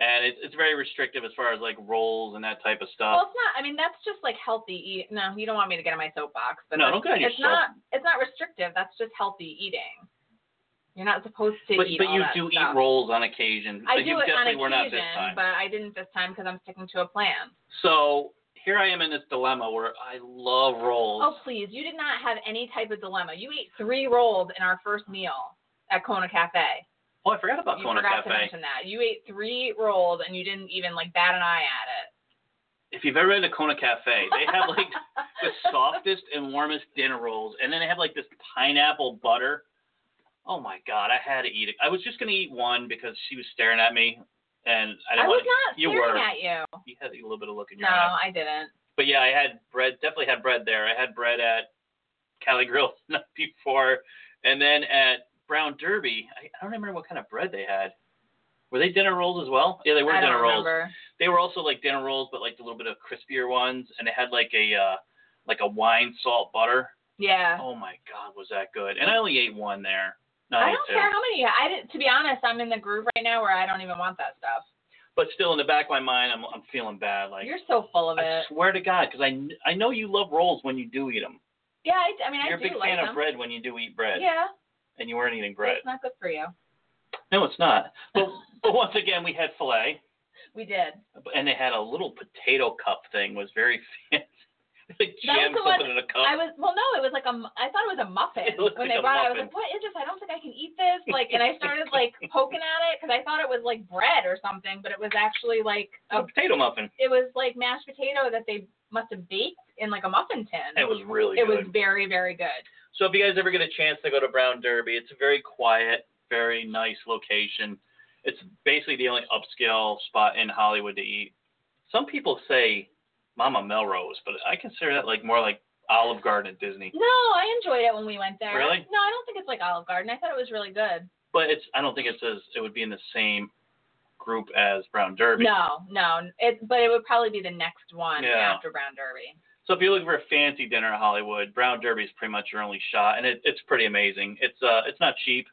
[SPEAKER 5] and it's it's very restrictive as far as like rolls and that type of
[SPEAKER 6] Well,
[SPEAKER 5] stuff.
[SPEAKER 6] it's not. I mean, that's just like healthy. Eat. No, you don't want me to get on my soapbox, but
[SPEAKER 5] No,
[SPEAKER 6] that's-
[SPEAKER 5] don't get on your
[SPEAKER 6] it's not. It's not restrictive. That's just healthy eating. You're not supposed to
[SPEAKER 5] but
[SPEAKER 6] eat.
[SPEAKER 5] but
[SPEAKER 6] all
[SPEAKER 5] you
[SPEAKER 6] that
[SPEAKER 5] do
[SPEAKER 6] stuff.
[SPEAKER 5] eat rolls on occasion.
[SPEAKER 6] I
[SPEAKER 5] but
[SPEAKER 6] do
[SPEAKER 5] you
[SPEAKER 6] it on
[SPEAKER 5] definitely
[SPEAKER 6] occasion,
[SPEAKER 5] were not this time.
[SPEAKER 6] but I didn't this time because I'm sticking to a plan.
[SPEAKER 5] So here I am in this dilemma where I love rolls.
[SPEAKER 6] Oh please, you did not have any type of dilemma. You ate three rolls in our first meal at Kona Cafe.
[SPEAKER 5] Oh, I forgot about
[SPEAKER 6] you
[SPEAKER 5] Kona
[SPEAKER 6] forgot to
[SPEAKER 5] Cafe.
[SPEAKER 6] mention that. You ate three rolls and you didn't even like bat an eye at it.
[SPEAKER 5] If you've ever been to Kona Cafe, they have
[SPEAKER 6] *laughs*
[SPEAKER 5] like the softest and warmest dinner rolls, and then they have like this pineapple butter. Oh my god, I had to eat it. I was just gonna eat one because she was staring at me, and I
[SPEAKER 6] I
[SPEAKER 5] didn't
[SPEAKER 6] was
[SPEAKER 5] want.
[SPEAKER 6] not
[SPEAKER 5] you
[SPEAKER 6] staring
[SPEAKER 5] were.
[SPEAKER 6] at you.
[SPEAKER 5] You had a little bit of look in your
[SPEAKER 6] No,
[SPEAKER 5] eye.
[SPEAKER 6] I didn't.
[SPEAKER 5] But yeah, I had bread. Definitely had bread there. I had bread at Cali Grill *laughs* the night before, and then at Brown Derby. I, I don't remember what kind of bread they had. Were they dinner rolls as well? Yeah, they were
[SPEAKER 6] I don't
[SPEAKER 5] dinner rolls
[SPEAKER 6] remember.
[SPEAKER 5] they were also like dinner rolls, but like a little bit of crispier ones, and it had like a uh, like a wine salt butter.
[SPEAKER 6] Yeah.
[SPEAKER 5] Oh my god, was that good? And I only ate one there. No,
[SPEAKER 6] I
[SPEAKER 5] ate
[SPEAKER 6] don't
[SPEAKER 5] two.
[SPEAKER 6] care how many. I didn't, to be honest, I'm in the groove right now where I don't even want that stuff.
[SPEAKER 5] But still, in the back of my mind, I'm I'm feeling bad. Like
[SPEAKER 6] You're so full of
[SPEAKER 5] I
[SPEAKER 6] it.
[SPEAKER 5] swear to God, because I kn- I know you love rolls when you do eat them.
[SPEAKER 6] Yeah, I, I mean,
[SPEAKER 5] You're
[SPEAKER 6] I
[SPEAKER 5] a
[SPEAKER 6] do
[SPEAKER 5] big
[SPEAKER 6] like
[SPEAKER 5] fan
[SPEAKER 6] them.
[SPEAKER 5] of bread when you do eat bread,
[SPEAKER 6] Yeah,
[SPEAKER 5] and you weren't eating
[SPEAKER 6] but
[SPEAKER 5] bread.
[SPEAKER 6] it's not good for you.
[SPEAKER 5] No, it's not. But *laughs* but once again, we had filet,
[SPEAKER 6] We did.
[SPEAKER 5] and they had a little potato cup thing. Was very *laughs* fancy. Like
[SPEAKER 6] That was
[SPEAKER 5] jammed
[SPEAKER 6] the one-
[SPEAKER 5] something in a cup.
[SPEAKER 6] I was well, no, it was like a. m- I thought it was a muffin
[SPEAKER 5] *laughs* It looked
[SPEAKER 6] when
[SPEAKER 5] like a
[SPEAKER 6] they brought it. I was
[SPEAKER 5] muffin.
[SPEAKER 6] like, what is this? I don't think I can eat this. Like, and I started like
[SPEAKER 5] *laughs*
[SPEAKER 6] poking at it because I thought it was like bread or something, but it was actually like
[SPEAKER 5] a
[SPEAKER 6] a.
[SPEAKER 5] potato muffin.
[SPEAKER 6] It was like mashed potato that they must have baked in like a muffin tin.
[SPEAKER 5] It was really
[SPEAKER 6] It
[SPEAKER 5] good.
[SPEAKER 6] was very very good.
[SPEAKER 5] So if you guys ever get a chance to go to Brown Derby, it's a very quiet, very nice location. It's basically the only upscale spot in Hollywood to eat. Some people say Mama Melrose, but I consider that like more like Olive Garden at Disney.
[SPEAKER 6] No, I enjoyed it when we went there.
[SPEAKER 5] Really?
[SPEAKER 6] No, I don't think it's like Olive Garden. I thought it was really good.
[SPEAKER 5] But it's I don't think it's as it would be in the same group as Brown Derby.
[SPEAKER 6] No, no. It, but it would probably be the next one
[SPEAKER 5] Yeah.
[SPEAKER 6] after Brown Derby.
[SPEAKER 5] So if you're looking for a fancy dinner in Hollywood, Brown Derby is pretty much your only shot, and it, it's pretty amazing. It's uh it's not cheap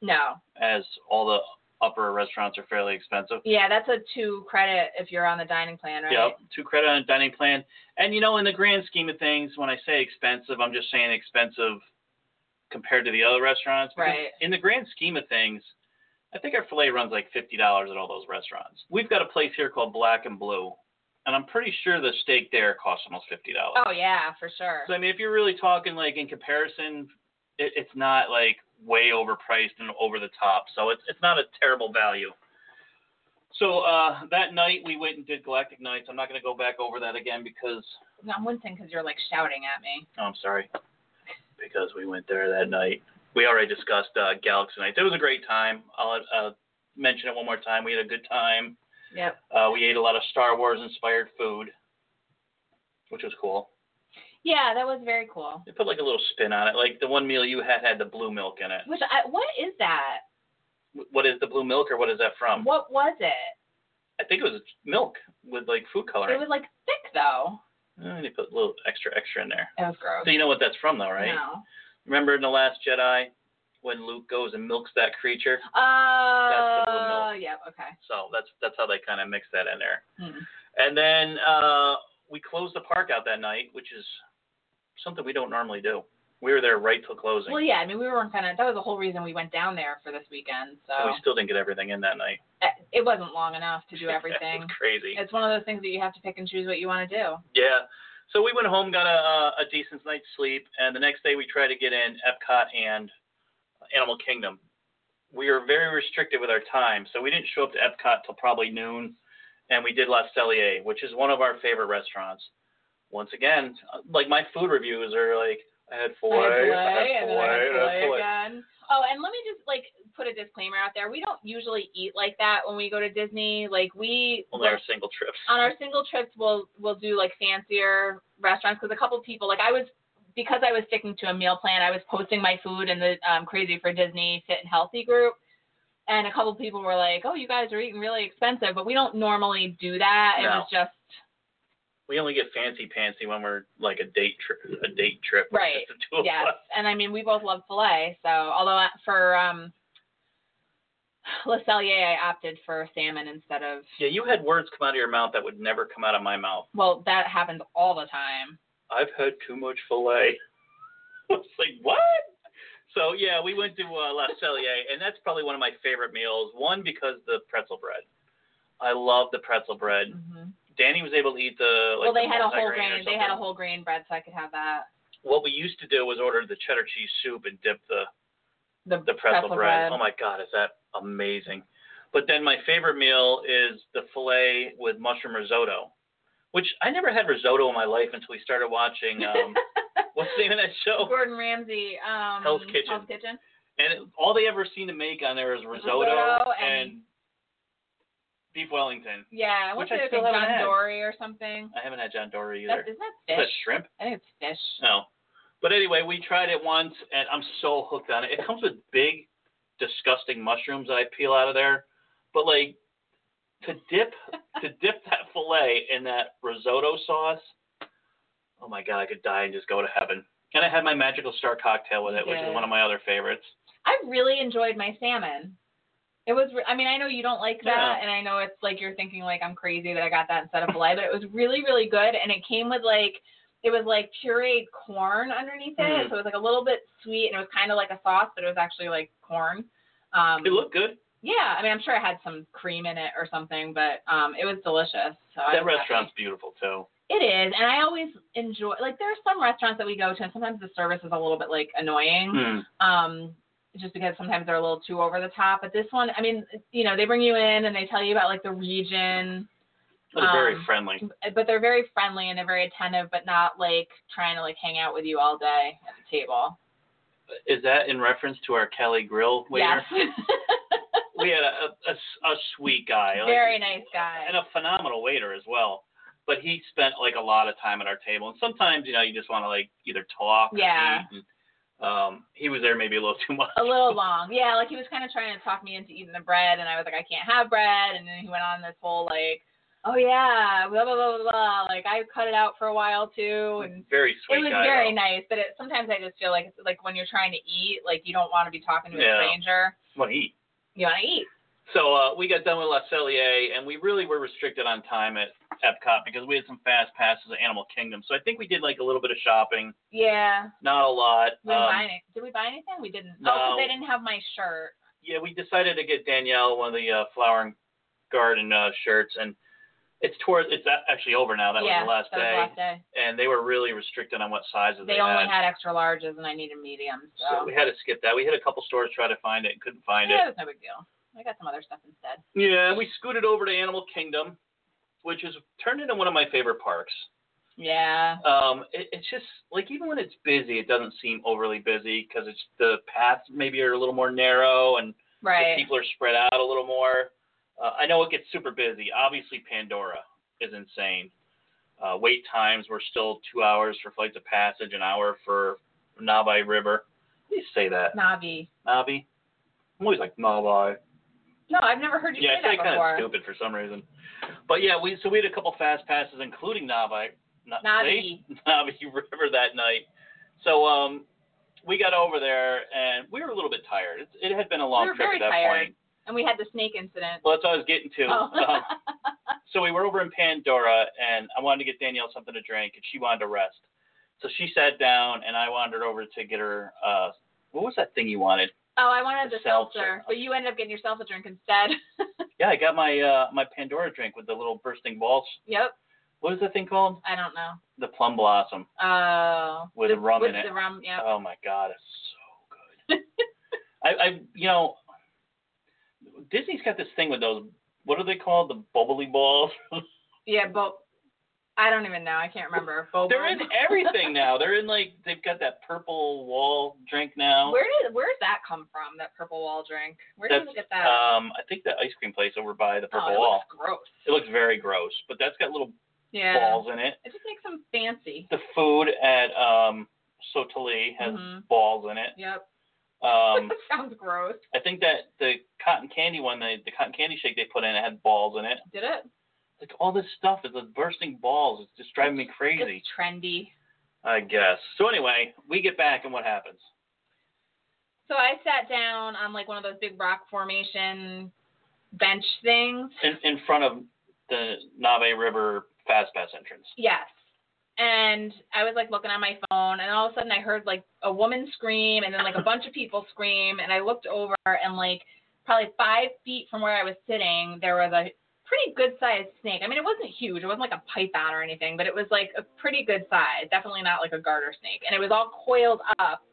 [SPEAKER 6] No.
[SPEAKER 5] as all the upper restaurants are fairly expensive.
[SPEAKER 6] Yeah, that's a two credit if you're on the dining plan, right?
[SPEAKER 5] Yep, two credit on a dining plan. And you know, in the grand scheme of things, when I say expensive, I'm just saying expensive compared to the other restaurants. because
[SPEAKER 6] Right.
[SPEAKER 5] In the grand scheme of things, I think our fillet runs like fifty dollars at all those restaurants. We've got a place here called Black and Blue, and I'm pretty sure the steak there costs almost fifty dollars.
[SPEAKER 6] Oh yeah, for sure.
[SPEAKER 5] So I mean, if you're really talking like in comparison, it, it's not like way overpriced and over the top. So it's it's not a terrible value. So uh, that night we went and did Galactic Nights. I'm not going to go back over that again because
[SPEAKER 6] No, I'm wincing because you're like shouting at me.
[SPEAKER 5] oh, I'm sorry, because we went there that night. We already discussed uh, Galaxy Nights. It was a great time. I'll uh, mention it one more time. We had a good time.
[SPEAKER 6] Yep.
[SPEAKER 5] Uh, we ate a lot of Star Wars inspired food, which was cool.
[SPEAKER 6] Yeah, that was very cool.
[SPEAKER 5] They put like a little spin on it. Like the one meal you had had the blue milk in it.
[SPEAKER 6] Which I, what is that?
[SPEAKER 5] Wh- What is the blue milk or what is that from?
[SPEAKER 6] What was it?
[SPEAKER 5] I think it was milk with like food
[SPEAKER 6] It
[SPEAKER 5] coloring.
[SPEAKER 6] was like thick though.
[SPEAKER 5] Eh, they put a little extra extra in there.
[SPEAKER 6] It was gross.
[SPEAKER 5] So you know what that's from though, right?
[SPEAKER 6] No.
[SPEAKER 5] Remember in the Last Jedi when Luke goes and milks that creature?
[SPEAKER 6] Uh, yeah, okay.
[SPEAKER 5] So that's that's how they kind of mix that in there.
[SPEAKER 6] Hmm.
[SPEAKER 5] And then uh, we closed the park out that night, which is something we don't normally do. We were there right till closing.
[SPEAKER 6] Well, yeah, I mean, we were in kind of, that was the whole reason we went down there for this weekend.
[SPEAKER 5] and
[SPEAKER 6] So
[SPEAKER 5] we still didn't get everything in that night.
[SPEAKER 6] it wasn't long enough to
[SPEAKER 5] *laughs*
[SPEAKER 6] do
[SPEAKER 5] That
[SPEAKER 6] everything.
[SPEAKER 5] was crazy.
[SPEAKER 6] it's one of those things that you have to pick and choose what you want to do.
[SPEAKER 5] Yeah. So we went home, got a, a- a decent night's sleep, and the next day we tried to get in Epcot and Animal Kingdom. We were very restricted with our time, so we didn't show up to Epcot till probably noon, and we did La Cellier, which is one of our favorite restaurants. Once again, like my food reviews are like, I had
[SPEAKER 6] I had
[SPEAKER 5] filet, I
[SPEAKER 6] filet,
[SPEAKER 5] had
[SPEAKER 6] and then I had
[SPEAKER 5] filet, I had
[SPEAKER 6] filet
[SPEAKER 5] filet.
[SPEAKER 6] again. Oh, and let me just like put a disclaimer out there. We don't usually eat like that when we go to Disney. Like we
[SPEAKER 5] Only our single trips.
[SPEAKER 6] on our single trips we'll we'll do like fancier restaurants because a couple people like I was because I was sticking to a meal plan I was posting my food in the um, Crazy for Disney Fit and Healthy group and a couple people were like oh you guys are eating really expensive but we don't normally do that it
[SPEAKER 5] No.
[SPEAKER 6] was
[SPEAKER 5] *laughs*
[SPEAKER 6] just
[SPEAKER 5] we only get fancy pantsy when we're like a date trip, a date trip. *laughs* with
[SPEAKER 6] Right.
[SPEAKER 5] just the two of
[SPEAKER 6] yes
[SPEAKER 5] us.
[SPEAKER 6] and I mean we both love filet so although I- for um La Cellier I opted for salmon instead of
[SPEAKER 5] Yeah, you had words come out of your mouth that would never come out of my mouth.
[SPEAKER 6] well that happens all the time
[SPEAKER 5] I've had too much filet. *laughs* it's like what? So yeah, we went to uh, La Cellier, and that's probably one of my favorite meals. One because the pretzel bread. I love the pretzel bread.
[SPEAKER 6] hmm
[SPEAKER 5] Danny was able to eat the Mm-hmm. like
[SPEAKER 6] well they
[SPEAKER 5] the
[SPEAKER 6] had a whole
[SPEAKER 5] multigrain or
[SPEAKER 6] grain they had a
[SPEAKER 5] something.
[SPEAKER 6] whole grain bread so I could have that
[SPEAKER 5] What we used to do was order the cheddar cheese soup and dip the
[SPEAKER 6] the,
[SPEAKER 5] the pretzel, bread. Oh my god, is that amazing? But then my favorite meal is the filet with mushroom risotto, which I never had risotto in my life until we started watching
[SPEAKER 6] *laughs*
[SPEAKER 5] um, what's the name of that show?
[SPEAKER 6] Gordon Ramsay.
[SPEAKER 5] oh.
[SPEAKER 6] Um,
[SPEAKER 5] Hell's Kitchen.
[SPEAKER 6] Hell's Kitchen.
[SPEAKER 5] And it- all they ever seem to make on there is risotto,
[SPEAKER 6] Risotto and-
[SPEAKER 5] and, beef Wellington.
[SPEAKER 6] Yeah, I went
[SPEAKER 5] Which I
[SPEAKER 6] to
[SPEAKER 5] still
[SPEAKER 6] think
[SPEAKER 5] haven't
[SPEAKER 6] John
[SPEAKER 5] had.
[SPEAKER 6] Dory or something.
[SPEAKER 5] I haven't had John Dory either.
[SPEAKER 6] That, isn't
[SPEAKER 5] Is that
[SPEAKER 6] that fish?
[SPEAKER 5] shrimp?
[SPEAKER 6] I think it's fish.
[SPEAKER 5] No. But anyway, we tried it once, and I'm so hooked on it. It comes with big, disgusting mushrooms that I peel out of there. But like to dip
[SPEAKER 6] *laughs*
[SPEAKER 5] to dip that fillet in that risotto sauce. Oh my god, I could die and just go to heaven. And I had my magical star cocktail with it, which
[SPEAKER 6] Yeah.
[SPEAKER 5] is one of my other favorites.
[SPEAKER 6] I really enjoyed my salmon. It was. re- I mean, I know you don't like that,
[SPEAKER 5] Yeah.
[SPEAKER 6] and I know it's like you're thinking like I'm crazy that I got that instead of filet, but it was really, really good, and it came with like. It was like pureed corn underneath it,
[SPEAKER 5] Mm.
[SPEAKER 6] so it was like a little bit sweet, and it was kind of like a sauce, but it was actually like corn. Um,
[SPEAKER 5] It looked good.
[SPEAKER 6] Yeah, I mean, I'm sure it had some cream in it or something, but um, it was delicious. So I
[SPEAKER 5] That
[SPEAKER 6] was
[SPEAKER 5] restaurant's beautiful too.
[SPEAKER 6] happy. It is, and I always enjoy. Like, there are some restaurants that we go to, and sometimes the service is a little bit like annoying,
[SPEAKER 5] Mm.
[SPEAKER 6] um, just because sometimes they're a little too over the top. But this one, I mean, you know, they bring you in and they tell you about like the region,
[SPEAKER 5] It was very
[SPEAKER 6] Um,
[SPEAKER 5] friendly.
[SPEAKER 6] but they're very friendly and they're very attentive, but not like trying to like hang out with you all day at the table.
[SPEAKER 5] Is that in reference to our Kelly Grill waiter?
[SPEAKER 6] Yes.
[SPEAKER 5] *laughs*
[SPEAKER 6] *laughs*
[SPEAKER 5] we had a, a, a sweet guy. like,
[SPEAKER 6] very nice guy.
[SPEAKER 5] and a phenomenal waiter as well. But he spent like a lot of time at our table, and sometimes you know you just want to like either talk. or
[SPEAKER 6] Yeah.
[SPEAKER 5] eat, and, um, he was there maybe a little *laughs* too much.
[SPEAKER 6] a little long. Yeah, like he was kind of trying to talk me into eating the bread, and I was like, I can't have bread. And then he went on this whole like, oh yeah, blah blah blah blah. blah. Like I cut it out for a while too, and
[SPEAKER 5] Very sweet
[SPEAKER 6] it was
[SPEAKER 5] guy.
[SPEAKER 6] very
[SPEAKER 5] though.
[SPEAKER 6] nice. But it, sometimes I just feel like it's like when you're trying to eat, like you don't want to be talking to a
[SPEAKER 5] Yeah.
[SPEAKER 6] stranger.
[SPEAKER 5] Want to eat?
[SPEAKER 6] You want to eat.
[SPEAKER 5] So uh, we got done with La Cellier, and we really were restricted on time at Epcot because we had some fast passes at Animal Kingdom. So I think we did like a little bit of shopping,
[SPEAKER 6] Yeah.
[SPEAKER 5] not a lot.
[SPEAKER 6] We didn't
[SPEAKER 5] Um,
[SPEAKER 6] buy any- Did we buy anything? We didn't.
[SPEAKER 5] no.
[SPEAKER 6] Oh, 'cause I didn't have my shirt.
[SPEAKER 5] yeah, we decided to get Danielle one of the uh, flower and garden uh, shirts, and it's towards. It's a- actually over now. That
[SPEAKER 6] yeah,
[SPEAKER 5] was the last
[SPEAKER 6] that
[SPEAKER 5] day.
[SPEAKER 6] was the last day.
[SPEAKER 5] and they were really restricted on what sizes
[SPEAKER 6] They
[SPEAKER 5] they,
[SPEAKER 6] only had extra larges, and I needed mediums.
[SPEAKER 5] So we had to skip that. We hit a couple stores try to find it, couldn't find
[SPEAKER 6] yeah,
[SPEAKER 5] it.
[SPEAKER 6] it was no big deal. I got some other stuff instead.
[SPEAKER 5] Yeah, we scooted over to Animal Kingdom, which has turned into one of my favorite parks.
[SPEAKER 6] Yeah.
[SPEAKER 5] Um, it, it's just like even when it's busy, it doesn't seem overly busy because it's the paths maybe are a little more narrow and the
[SPEAKER 6] Right.
[SPEAKER 5] people are spread out a little more. Uh, I know it gets super busy. Obviously, Pandora is insane. Uh, wait times were still two hours for Flights of Passage, an hour for Navi River. How do you say that?
[SPEAKER 6] Navi.
[SPEAKER 5] Navi? I'm always like Navi.
[SPEAKER 6] No, I've never heard you
[SPEAKER 5] Yeah, I
[SPEAKER 6] say
[SPEAKER 5] say
[SPEAKER 6] that
[SPEAKER 5] kind
[SPEAKER 6] before.
[SPEAKER 5] of stupid for some reason. But yeah, we so we had a couple fast passes, including Navi, Na-
[SPEAKER 6] Navi.
[SPEAKER 5] see? Navi *laughs* River that night. So um, we got over there and we were a little bit tired. It, it had been a long
[SPEAKER 6] were
[SPEAKER 5] trip
[SPEAKER 6] very
[SPEAKER 5] at that
[SPEAKER 6] tired.
[SPEAKER 5] point.
[SPEAKER 6] And we had the snake incident.
[SPEAKER 5] Well, that's what I was getting to.
[SPEAKER 6] Oh.
[SPEAKER 5] Um, so we were over in Pandora, and I wanted to get Danielle something to drink, and she wanted to rest. So she sat down, and I wandered over to get her. Uh, what was that thing you wanted?
[SPEAKER 6] oh, I wanted
[SPEAKER 5] The
[SPEAKER 6] the,
[SPEAKER 5] seltzer.
[SPEAKER 6] seltzer, but you ended up getting yourself a drink instead. *laughs*
[SPEAKER 5] Yeah, I got my uh, my Pandora drink with the little bursting balls.
[SPEAKER 6] yep.
[SPEAKER 5] What is that thing called?
[SPEAKER 6] I don't know.
[SPEAKER 5] The plum blossom.
[SPEAKER 6] Uh,
[SPEAKER 5] With rum
[SPEAKER 6] with
[SPEAKER 5] in it.
[SPEAKER 6] the rum, yeah.
[SPEAKER 5] Oh my god, it's so
[SPEAKER 6] *laughs*
[SPEAKER 5] good. I, I, you know, Disney's got this thing with those. What are they called? The bubbly balls.
[SPEAKER 6] Yeah, but I don't even know. I can't remember. Boba.
[SPEAKER 5] They're
[SPEAKER 6] *laughs*
[SPEAKER 5] in everything now. They're in like they've got that purple wall drink now.
[SPEAKER 6] Where did where's that come from? That purple wall drink. Where did
[SPEAKER 5] That's
[SPEAKER 6] you get that?
[SPEAKER 5] um, I think the ice cream place over by the purple
[SPEAKER 6] oh, it
[SPEAKER 5] wall.
[SPEAKER 6] looks gross.
[SPEAKER 5] It looks very gross, but that's got little
[SPEAKER 6] Yeah.
[SPEAKER 5] balls in it.
[SPEAKER 6] It just makes them fancy.
[SPEAKER 5] The food at um, Sotoli has
[SPEAKER 6] Mhm.
[SPEAKER 5] balls in it.
[SPEAKER 6] Yep. *laughs*
[SPEAKER 5] Um,
[SPEAKER 6] Sounds gross.
[SPEAKER 5] I think that the cotton candy one, the, the cotton candy shake they put in, it had balls in it.
[SPEAKER 6] Did it?
[SPEAKER 5] Like all this stuff is like bursting balls. It's just driving me crazy.
[SPEAKER 6] It's trendy.
[SPEAKER 5] I guess. So anyway, we get back and what happens?
[SPEAKER 6] So I sat down on like one of those big rock formation bench things.
[SPEAKER 5] In in front of the Nave River Fast Pass entrance.
[SPEAKER 6] Yes. And I was like looking on my phone, and all of a sudden I heard like a woman scream, and then like a bunch of people scream, and I looked over, and like probably five feet from where I was sitting, there was a pretty good sized snake. I mean, it wasn't huge, it wasn't like a python or anything, but it was like a pretty good size, definitely not like a garter snake, and it was all coiled up.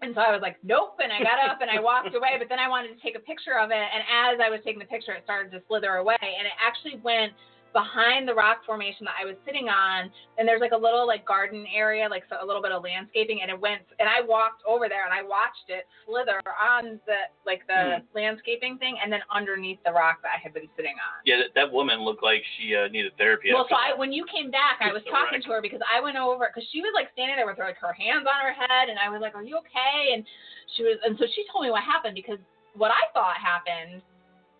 [SPEAKER 6] And so I was like, nope. And I got up and I walked away. But then I wanted to take a picture of it. And as I was taking the picture, it started to slither away. And it actually went behind the rock formation that I was sitting on, and there's like a little like garden area, like so a little bit of landscaping, and it went and I walked over there and I watched it slither on the like the landscaping thing, and then underneath the rock that I had been sitting on.
[SPEAKER 5] Yeah, that, that woman looked like she uh, needed therapy.
[SPEAKER 6] Well,
[SPEAKER 5] after
[SPEAKER 6] so I,
[SPEAKER 5] that.
[SPEAKER 6] when you came back, I was
[SPEAKER 5] It's a
[SPEAKER 6] talking
[SPEAKER 5] wreck.
[SPEAKER 6] to her because I went over because she was like standing there with her like her hands on her head, and I was like, "Are you okay?" And she was, and so she told me what happened because what I thought happened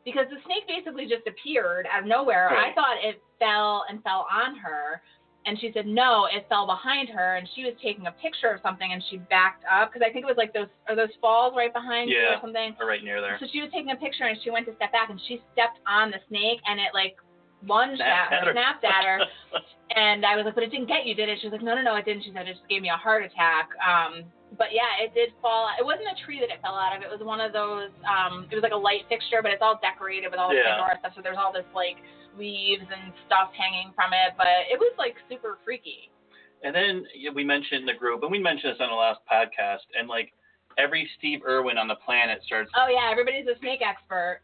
[SPEAKER 6] because the snake basically just appeared out of nowhere. I
[SPEAKER 5] Right.
[SPEAKER 6] thought it fell and fell on her, and she said no, it fell behind her, and she was taking a picture of something, and she backed up because I think it was like those are those falls right behind you
[SPEAKER 5] Yeah.
[SPEAKER 6] or something.
[SPEAKER 5] Or right near there.
[SPEAKER 6] So she was taking a picture and she went to step back and she stepped on the snake and it like lunged
[SPEAKER 5] Snapped
[SPEAKER 6] at
[SPEAKER 5] at her.
[SPEAKER 6] her, snapped at
[SPEAKER 5] *laughs*
[SPEAKER 6] her. and I was like, but it didn't get you, did it? She was like, no, no, no, it didn't. She said, it just gave me a heart attack. Um, but yeah, it did fall. It wasn't a tree that it fell out of. It was one of those, um, it was like a light fixture, but it's all decorated with all this
[SPEAKER 5] Yeah.
[SPEAKER 6] Pandora stuff. So there's all this like leaves and stuff hanging from it. But it was like super freaky.
[SPEAKER 5] And then yeah, we mentioned the group, and we mentioned this on the last podcast, and like every Steve Irwin on the planet starts *laughs*
[SPEAKER 6] Oh yeah, everybody's a snake expert.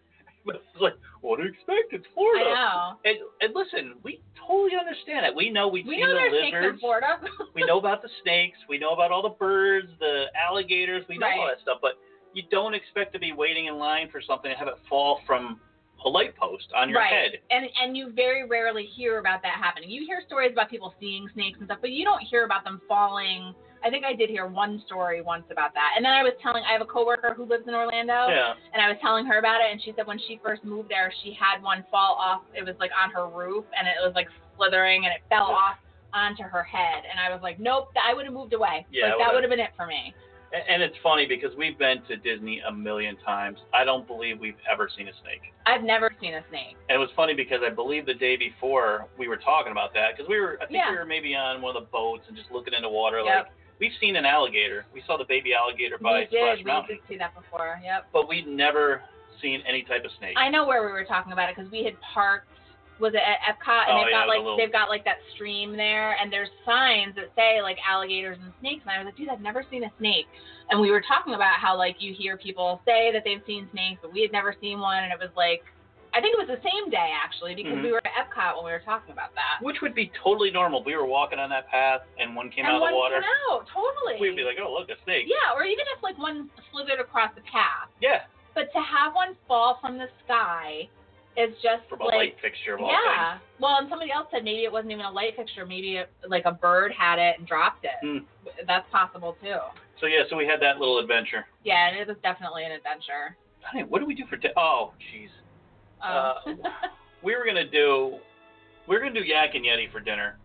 [SPEAKER 5] like, what do you expect? It's
[SPEAKER 6] I
[SPEAKER 5] Florida.
[SPEAKER 6] know.
[SPEAKER 5] And, and listen, we totally understand it. We know we've
[SPEAKER 6] We
[SPEAKER 5] seen
[SPEAKER 6] know
[SPEAKER 5] the
[SPEAKER 6] there's snakes in
[SPEAKER 5] lizards.
[SPEAKER 6] Florida.
[SPEAKER 5] we know about the snakes. We know about all the birds, the alligators. We know all
[SPEAKER 6] Right.
[SPEAKER 5] that stuff. But you don't expect to be waiting in line for something and have it fall from a light post on your
[SPEAKER 6] right.
[SPEAKER 5] head.
[SPEAKER 6] And and you very rarely hear about that happening. You hear stories about people seeing snakes and stuff, but you don't hear about them falling. I think I did hear one story once about that. And then I was telling I have a coworker who lives in Orlando
[SPEAKER 5] Yeah.
[SPEAKER 6] and I was telling her about it and she said when she first moved there she had one fall off it was like on her roof and it was like slithering and it fell off onto her head and I was like, Nope, I would have moved away.
[SPEAKER 5] Yeah,
[SPEAKER 6] like,
[SPEAKER 5] I
[SPEAKER 6] that
[SPEAKER 5] would've-
[SPEAKER 6] would have been it for me.
[SPEAKER 5] A- And it's funny because we've been to Disney a million times. I don't believe we've ever seen a snake.
[SPEAKER 6] I've never seen a snake.
[SPEAKER 5] And it was funny because I believe the day before we were talking about that because we were, I think
[SPEAKER 6] Yeah.
[SPEAKER 5] we were maybe on one of the boats and just looking into water.
[SPEAKER 6] Yep.
[SPEAKER 5] Like we've seen an alligator. We saw the baby alligator by
[SPEAKER 6] we did.
[SPEAKER 5] Splash
[SPEAKER 6] We
[SPEAKER 5] Mountain,
[SPEAKER 6] did see that before. Yep.
[SPEAKER 5] but we'd never seen any type of snake.
[SPEAKER 6] I know where we were talking about it because we had parked. Was it at Epcot? And
[SPEAKER 5] Oh,
[SPEAKER 6] they've
[SPEAKER 5] yeah,
[SPEAKER 6] got
[SPEAKER 5] the
[SPEAKER 6] like
[SPEAKER 5] little-
[SPEAKER 6] they've got like that stream there, and there's signs that say like alligators and snakes. And I was like, dude, I've never seen a snake. And we were talking about how like you hear people say that they've seen snakes, but we had never seen one. And it was like, I think it was the same day actually because
[SPEAKER 5] Mhm.
[SPEAKER 6] we were at Epcot when we were talking about that.
[SPEAKER 5] Which would be totally normal. If we were walking on that path and one came
[SPEAKER 6] and
[SPEAKER 5] out of
[SPEAKER 6] one
[SPEAKER 5] the water.
[SPEAKER 6] came out totally.
[SPEAKER 5] We'd be like, oh look, a snake.
[SPEAKER 6] yeah, or even if like one slithered across the path,
[SPEAKER 5] Yeah.
[SPEAKER 6] but to have one fall from the sky is just
[SPEAKER 5] From a
[SPEAKER 6] like
[SPEAKER 5] light fixture of all things.
[SPEAKER 6] Yeah. Well, and somebody else said maybe it wasn't even a light fixture. Maybe it, like a bird had it and dropped it.
[SPEAKER 5] Hmm.
[SPEAKER 6] That's possible too.
[SPEAKER 5] So yeah, so we had that little adventure.
[SPEAKER 6] Yeah, and it was definitely an adventure.
[SPEAKER 5] Honey, what do we do for? Di- oh, jeez.
[SPEAKER 6] Um,
[SPEAKER 5] Uh, we were gonna do we were gonna do Yak and Yeti for dinner.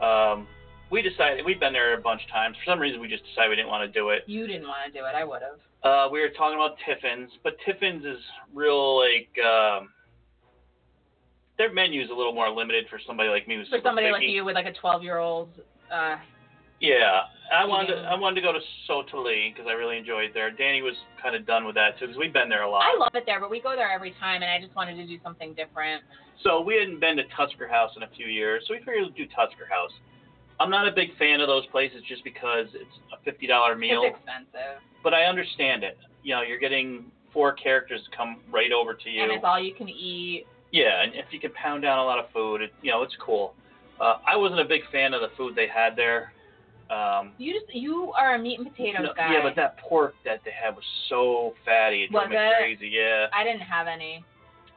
[SPEAKER 5] Um, we decided we've been there a bunch of times. For some reason, we just decided we didn't want to do it.
[SPEAKER 6] *laughs* you didn't want to do it. I would have.
[SPEAKER 5] Uh, we were talking about Tiffin's, but Tiffin's is real like um, their menu's a little more limited for somebody like me who's
[SPEAKER 6] For
[SPEAKER 5] super
[SPEAKER 6] somebody like
[SPEAKER 5] picky.
[SPEAKER 6] you with like a 12 year old uh,
[SPEAKER 5] Yeah, I wanted to, I wanted to go to Sotoli because I really enjoyed there. Danny was kind of done with that too because we've been there a lot.
[SPEAKER 6] I love it there, but we go there every time, and I just wanted to do something different.
[SPEAKER 5] So we hadn't been to Tusker House in a few years, so we figured we'd do Tusker House. I'm not a big fan of those places just because it's a fifty dollar meal,
[SPEAKER 6] It's expensive,
[SPEAKER 5] but I understand it. You know, you're getting four characters to come right over to you.
[SPEAKER 6] and it's all you can eat.
[SPEAKER 5] Yeah, and if you can pound down a lot of food, it, you know it's cool. Uh, I wasn't a big fan of the food they had there. Um,
[SPEAKER 6] You just you are a meat and potatoes
[SPEAKER 5] no,
[SPEAKER 6] guy.
[SPEAKER 5] Yeah, but that pork that they had was so fatty, it
[SPEAKER 6] Was
[SPEAKER 5] drove me
[SPEAKER 6] it?
[SPEAKER 5] crazy. Yeah,
[SPEAKER 6] I didn't have any.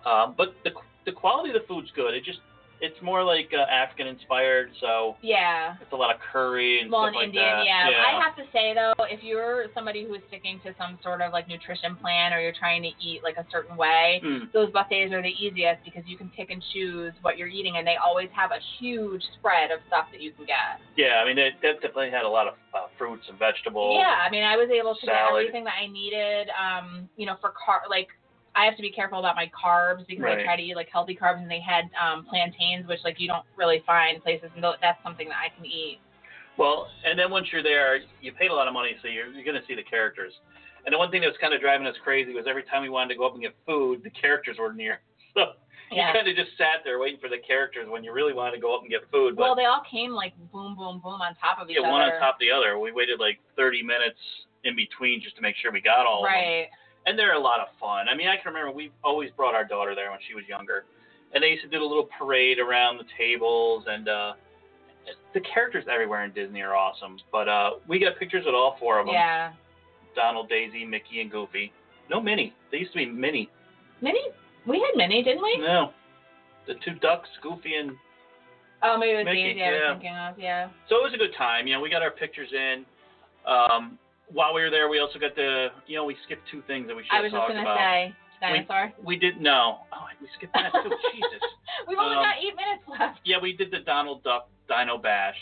[SPEAKER 5] um, but the the quality of the food's good. It just it's more like uh, African inspired, so
[SPEAKER 6] Yeah.
[SPEAKER 5] it's a lot of curry and
[SPEAKER 6] Well,
[SPEAKER 5] stuff
[SPEAKER 6] in
[SPEAKER 5] like
[SPEAKER 6] Indian,
[SPEAKER 5] that.
[SPEAKER 6] yeah. I have to say though, if you're somebody who is sticking to some sort of like nutrition plan or you're trying to eat like a certain way,
[SPEAKER 5] Mm.
[SPEAKER 6] those buffets are the easiest because you can pick and choose what you're eating, and they always have a huge spread of stuff that you can get.
[SPEAKER 5] yeah. I mean, they, they definitely had a lot of uh, fruits and vegetables.
[SPEAKER 6] yeah, I mean, I was able to get
[SPEAKER 5] salad.
[SPEAKER 6] everything that I needed. Um, you know, for car like. I have to be careful about my carbs because I
[SPEAKER 5] Right.
[SPEAKER 6] try to eat like healthy carbs, and they had um, plantains, which like you don't really find places, and tho- that's something that I can eat.
[SPEAKER 5] Well, and then once you're there, you paid a lot of money, so you're, you're going to see the characters. And the one thing that was kind of driving us crazy was every time we wanted to go up and get food, the characters were near. *laughs* So
[SPEAKER 6] Yeah.
[SPEAKER 5] you kind of just sat there waiting for the characters when you really wanted to go up and get food. But
[SPEAKER 6] Well, they all came like boom, boom, boom on top of each
[SPEAKER 5] yeah,
[SPEAKER 6] other.
[SPEAKER 5] one on top of the other. We waited like 30 minutes in between just to make sure we got all of them.
[SPEAKER 6] Right.
[SPEAKER 5] And they're a lot of fun. I mean, I can remember we always brought our daughter there when she was younger. And they used to do a little parade around the tables and uh the characters everywhere in Disney are awesome. But uh we got pictures with all four of them.
[SPEAKER 6] Yeah.
[SPEAKER 5] Donald, Daisy, Mickey, and Goofy. No Minnie. They used to be Minnie.
[SPEAKER 6] Minnie, we had Minnie, didn't we?
[SPEAKER 5] No. The two ducks, Goofy and
[SPEAKER 6] Oh, maybe it was
[SPEAKER 5] Mickey,
[SPEAKER 6] Daisy I was
[SPEAKER 5] yeah.
[SPEAKER 6] thinking of. Yeah.
[SPEAKER 5] so it was a good time. You know, we got our pictures in. Um while we were there we also got the you know, we skipped two things that we should
[SPEAKER 6] I
[SPEAKER 5] have
[SPEAKER 6] was just
[SPEAKER 5] talked
[SPEAKER 6] gonna
[SPEAKER 5] about.
[SPEAKER 6] say dinosaur.
[SPEAKER 5] We didn't know. Oh, we skipped that
[SPEAKER 6] *laughs*
[SPEAKER 5] too. Jesus.
[SPEAKER 6] We, have only
[SPEAKER 5] um,
[SPEAKER 6] got eight minutes left.
[SPEAKER 5] Yeah, we did the Donald Duck Dino Bash,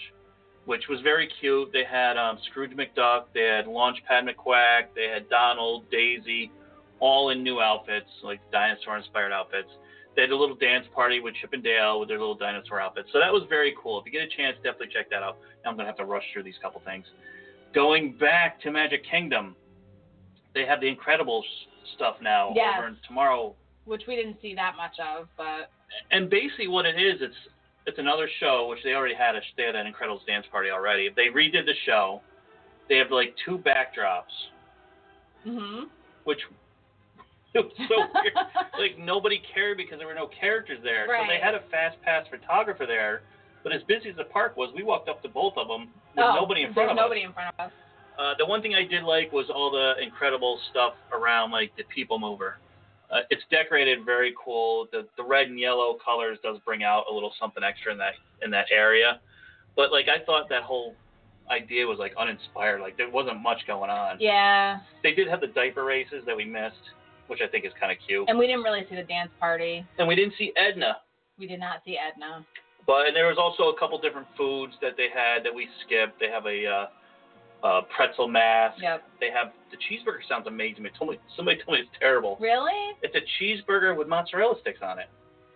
[SPEAKER 5] which was very cute. They had um, Scrooge McDuck, they had Launchpad McQuack, they had Donald, Daisy, all in new outfits, like dinosaur inspired outfits. They had a little dance party with Chip and Dale with their little dinosaur outfits. So that was very cool. If you get a chance, definitely check that out. Now I'm going to have to rush through these couple things. Going back to Magic Kingdom, they have the Incredibles stuff now
[SPEAKER 6] Yes.
[SPEAKER 5] over in tomorrow
[SPEAKER 6] Which we didn't see that much of, but
[SPEAKER 5] and basically what it is, it's it's another show which they already had a they had an Incredibles dance party already. They redid the show. They have like two backdrops,
[SPEAKER 6] mhm.
[SPEAKER 5] which *laughs* it was so
[SPEAKER 6] *laughs*
[SPEAKER 5] weird. like nobody cared because there were no characters there. So they
[SPEAKER 6] Right.
[SPEAKER 5] had a fast pass photographer there, but as busy as the park was, we walked up to both of them with
[SPEAKER 6] Oh,
[SPEAKER 5] nobody in
[SPEAKER 6] there's
[SPEAKER 5] front of us.
[SPEAKER 6] nobody in front of us.
[SPEAKER 5] Uh, the one thing I did like was all the incredible stuff around like the people mover. Uh, it's decorated very cool. The the red and yellow colors does bring out a little something extra in that in that area. But like I thought that whole idea was like uninspired. Like there wasn't much going on.
[SPEAKER 6] Yeah.
[SPEAKER 5] They did have the diaper races that we missed, which I think is kind of cute.
[SPEAKER 6] And we didn't really see the dance party.
[SPEAKER 5] And we didn't see Edna.
[SPEAKER 6] We did not see Edna.
[SPEAKER 5] But and there was also a couple different foods that they had that we skipped. They have a uh, uh, pretzel mask.
[SPEAKER 6] Yep.
[SPEAKER 5] They have the cheeseburger sounds amazing. But told me, somebody told me it's terrible.
[SPEAKER 6] Really?
[SPEAKER 5] It's a cheeseburger with mozzarella sticks on it.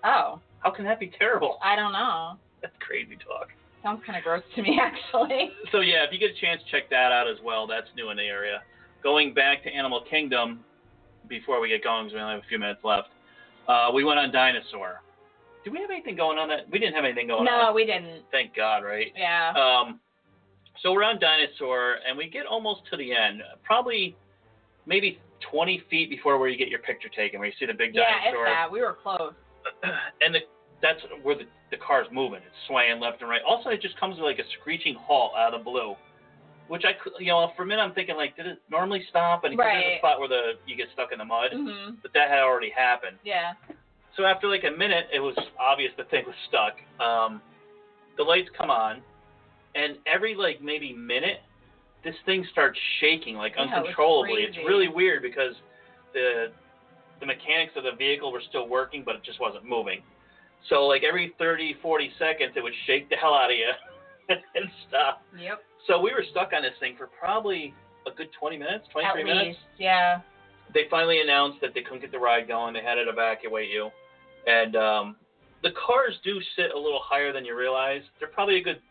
[SPEAKER 6] Oh,
[SPEAKER 5] How can that be terrible? *laughs*
[SPEAKER 6] I don't know.
[SPEAKER 5] That's crazy talk.
[SPEAKER 6] Sounds kind of gross to me, *laughs* actually.
[SPEAKER 5] So yeah, if you get a chance, check that out as well. That's new in the area. Going back to Animal Kingdom, before we get going, 'cause we only have a few minutes left. Uh, we went on Dinosaur. Did we have anything going on that? We didn't have anything going
[SPEAKER 6] no,
[SPEAKER 5] on.
[SPEAKER 6] we didn't.
[SPEAKER 5] Thank God, right?
[SPEAKER 6] Yeah.
[SPEAKER 5] Um, so we're on dinosaur, and we get almost to the end, probably maybe 20 feet before where you get your picture taken, where you see the big
[SPEAKER 6] yeah, it's
[SPEAKER 5] dinosaur,
[SPEAKER 6] that. We were close.
[SPEAKER 5] *clears throat* and the, that's where the, the car's moving. It's swaying left and right. Also, it just comes to like a screeching halt out of the blue, which I, cou- you know, for a minute I'm thinking like, did it normally stop? And 'cause there's
[SPEAKER 6] Right.
[SPEAKER 5] a spot where the you get stuck in the mud,
[SPEAKER 6] Mhm.
[SPEAKER 5] but that had already happened.
[SPEAKER 6] Yeah.
[SPEAKER 5] So after like a minute, it was obvious the thing was stuck. Um, the lights come on, and every like maybe minute, this thing starts shaking like
[SPEAKER 6] Yeah, it was
[SPEAKER 5] uncontrollably. It's
[SPEAKER 6] crazy.
[SPEAKER 5] really weird because the the mechanics of the vehicle were still working, but it just wasn't moving. So like every 30, 40 seconds, it would shake the hell out of you *laughs* and stop.
[SPEAKER 6] Yep.
[SPEAKER 5] So we were stuck on this thing for probably a good 20 minutes,
[SPEAKER 6] At
[SPEAKER 5] 23
[SPEAKER 6] least.
[SPEAKER 5] minutes
[SPEAKER 6] Yeah.
[SPEAKER 5] they finally announced that they couldn't get the ride going. They had it evacuate you, and um, the cars do sit a little higher than you realize. They're probably a good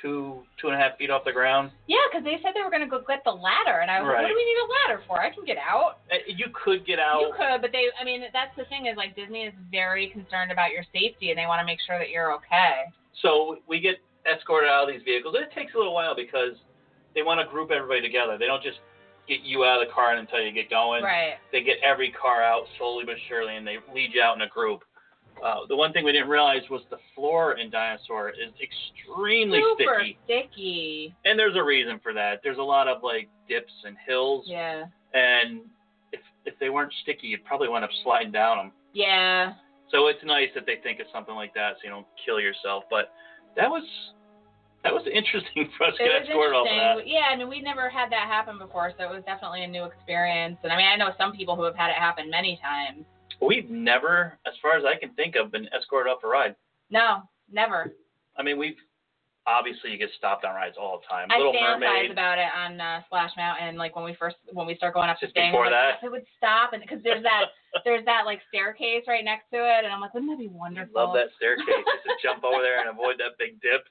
[SPEAKER 5] two two and a half feet off the ground.
[SPEAKER 6] Yeah, because they said they were going to go get the ladder, and I was like,
[SPEAKER 5] Right.
[SPEAKER 6] what do we need a ladder for? I can get out.
[SPEAKER 5] Uh, You could get out.
[SPEAKER 6] You could, but they, I mean, that's the thing is like Disney is very concerned about your safety, and they want to make sure that you're okay.
[SPEAKER 5] So we get escorted out of these vehicles. It takes a little while because they want to group everybody together. They don't just get you out of the car until you get going.
[SPEAKER 6] right.
[SPEAKER 5] They get every car out slowly but surely, and they lead you out in a group. Uh, the one thing we didn't realize was the floor in Dinosaur is extremely
[SPEAKER 6] Super
[SPEAKER 5] sticky,
[SPEAKER 6] sticky.
[SPEAKER 5] and there's a reason for that. There's a lot of like dips and hills,
[SPEAKER 6] Yeah.
[SPEAKER 5] and if if they weren't sticky, you'd probably wind up sliding down them.
[SPEAKER 6] Yeah.
[SPEAKER 5] So it's nice that they think of something like that so you don't kill yourself. But that was that was interesting *laughs* for us to
[SPEAKER 6] It
[SPEAKER 5] get
[SPEAKER 6] was
[SPEAKER 5] scored off of that.
[SPEAKER 6] interesting. Yeah, I mean, we never had that happen before, so it was definitely a new experience. And I mean, I know some people who have had it happen many times.
[SPEAKER 5] We've never, as far as I can think of, been escorted off a ride.
[SPEAKER 6] No, never.
[SPEAKER 5] I mean, we've obviously you get stopped on rides all the time.
[SPEAKER 6] I
[SPEAKER 5] Little
[SPEAKER 6] fantasize
[SPEAKER 5] Mermaid.
[SPEAKER 6] about it on uh, Splash Mountain, like when we first when we start going up
[SPEAKER 5] Just
[SPEAKER 6] the thing.
[SPEAKER 5] before
[SPEAKER 6] I'm
[SPEAKER 5] that?
[SPEAKER 6] like, "Oh, it would stop, and because there's that
[SPEAKER 5] *laughs*
[SPEAKER 6] there's that like staircase right next to it, and I'm like, wouldn't that be wonderful?
[SPEAKER 5] Love that staircase. Just to jump over there and avoid that big
[SPEAKER 6] *laughs*
[SPEAKER 5] dip.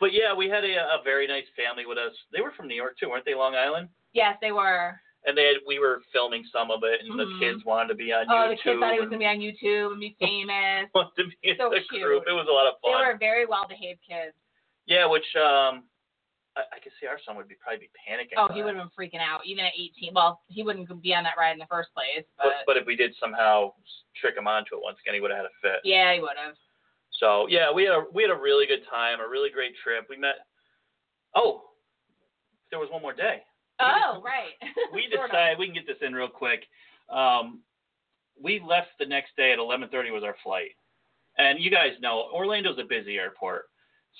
[SPEAKER 5] But yeah, we had a, a very nice family with us. They were from New York too, weren't they? Long Island.
[SPEAKER 6] Yes, they were.
[SPEAKER 5] And they had, we were filming some of it, and
[SPEAKER 6] Mhm.
[SPEAKER 5] the kids wanted to be on YouTube.
[SPEAKER 6] Oh, the kids thought he was
[SPEAKER 5] and- *laughs*
[SPEAKER 6] gonna be on YouTube and be famous.
[SPEAKER 5] want to be in
[SPEAKER 6] So
[SPEAKER 5] the
[SPEAKER 6] cute.
[SPEAKER 5] group. It was a lot of
[SPEAKER 6] they
[SPEAKER 5] fun.
[SPEAKER 6] were very well behaved kids.
[SPEAKER 5] Yeah, which um, I, I could see our son would be probably be panicking.
[SPEAKER 6] Oh,
[SPEAKER 5] for that.
[SPEAKER 6] he would have been freaking out even at 18. Well, he wouldn't be on that ride in the first place,
[SPEAKER 5] But,
[SPEAKER 6] but,
[SPEAKER 5] but if we did somehow trick him onto it once again, he would have had a fit.
[SPEAKER 6] yeah, he would
[SPEAKER 5] *laughs*
[SPEAKER 6] have.
[SPEAKER 5] So yeah, we had a we had a really good time, a really great trip. We met. Oh, there was one more day.
[SPEAKER 6] Oh, right. *laughs*
[SPEAKER 5] We
[SPEAKER 6] Sort of.
[SPEAKER 5] decided we can get this in real quick. Um, we left the next day at 11:30 was our flight, and you guys know Orlando's a busy airport.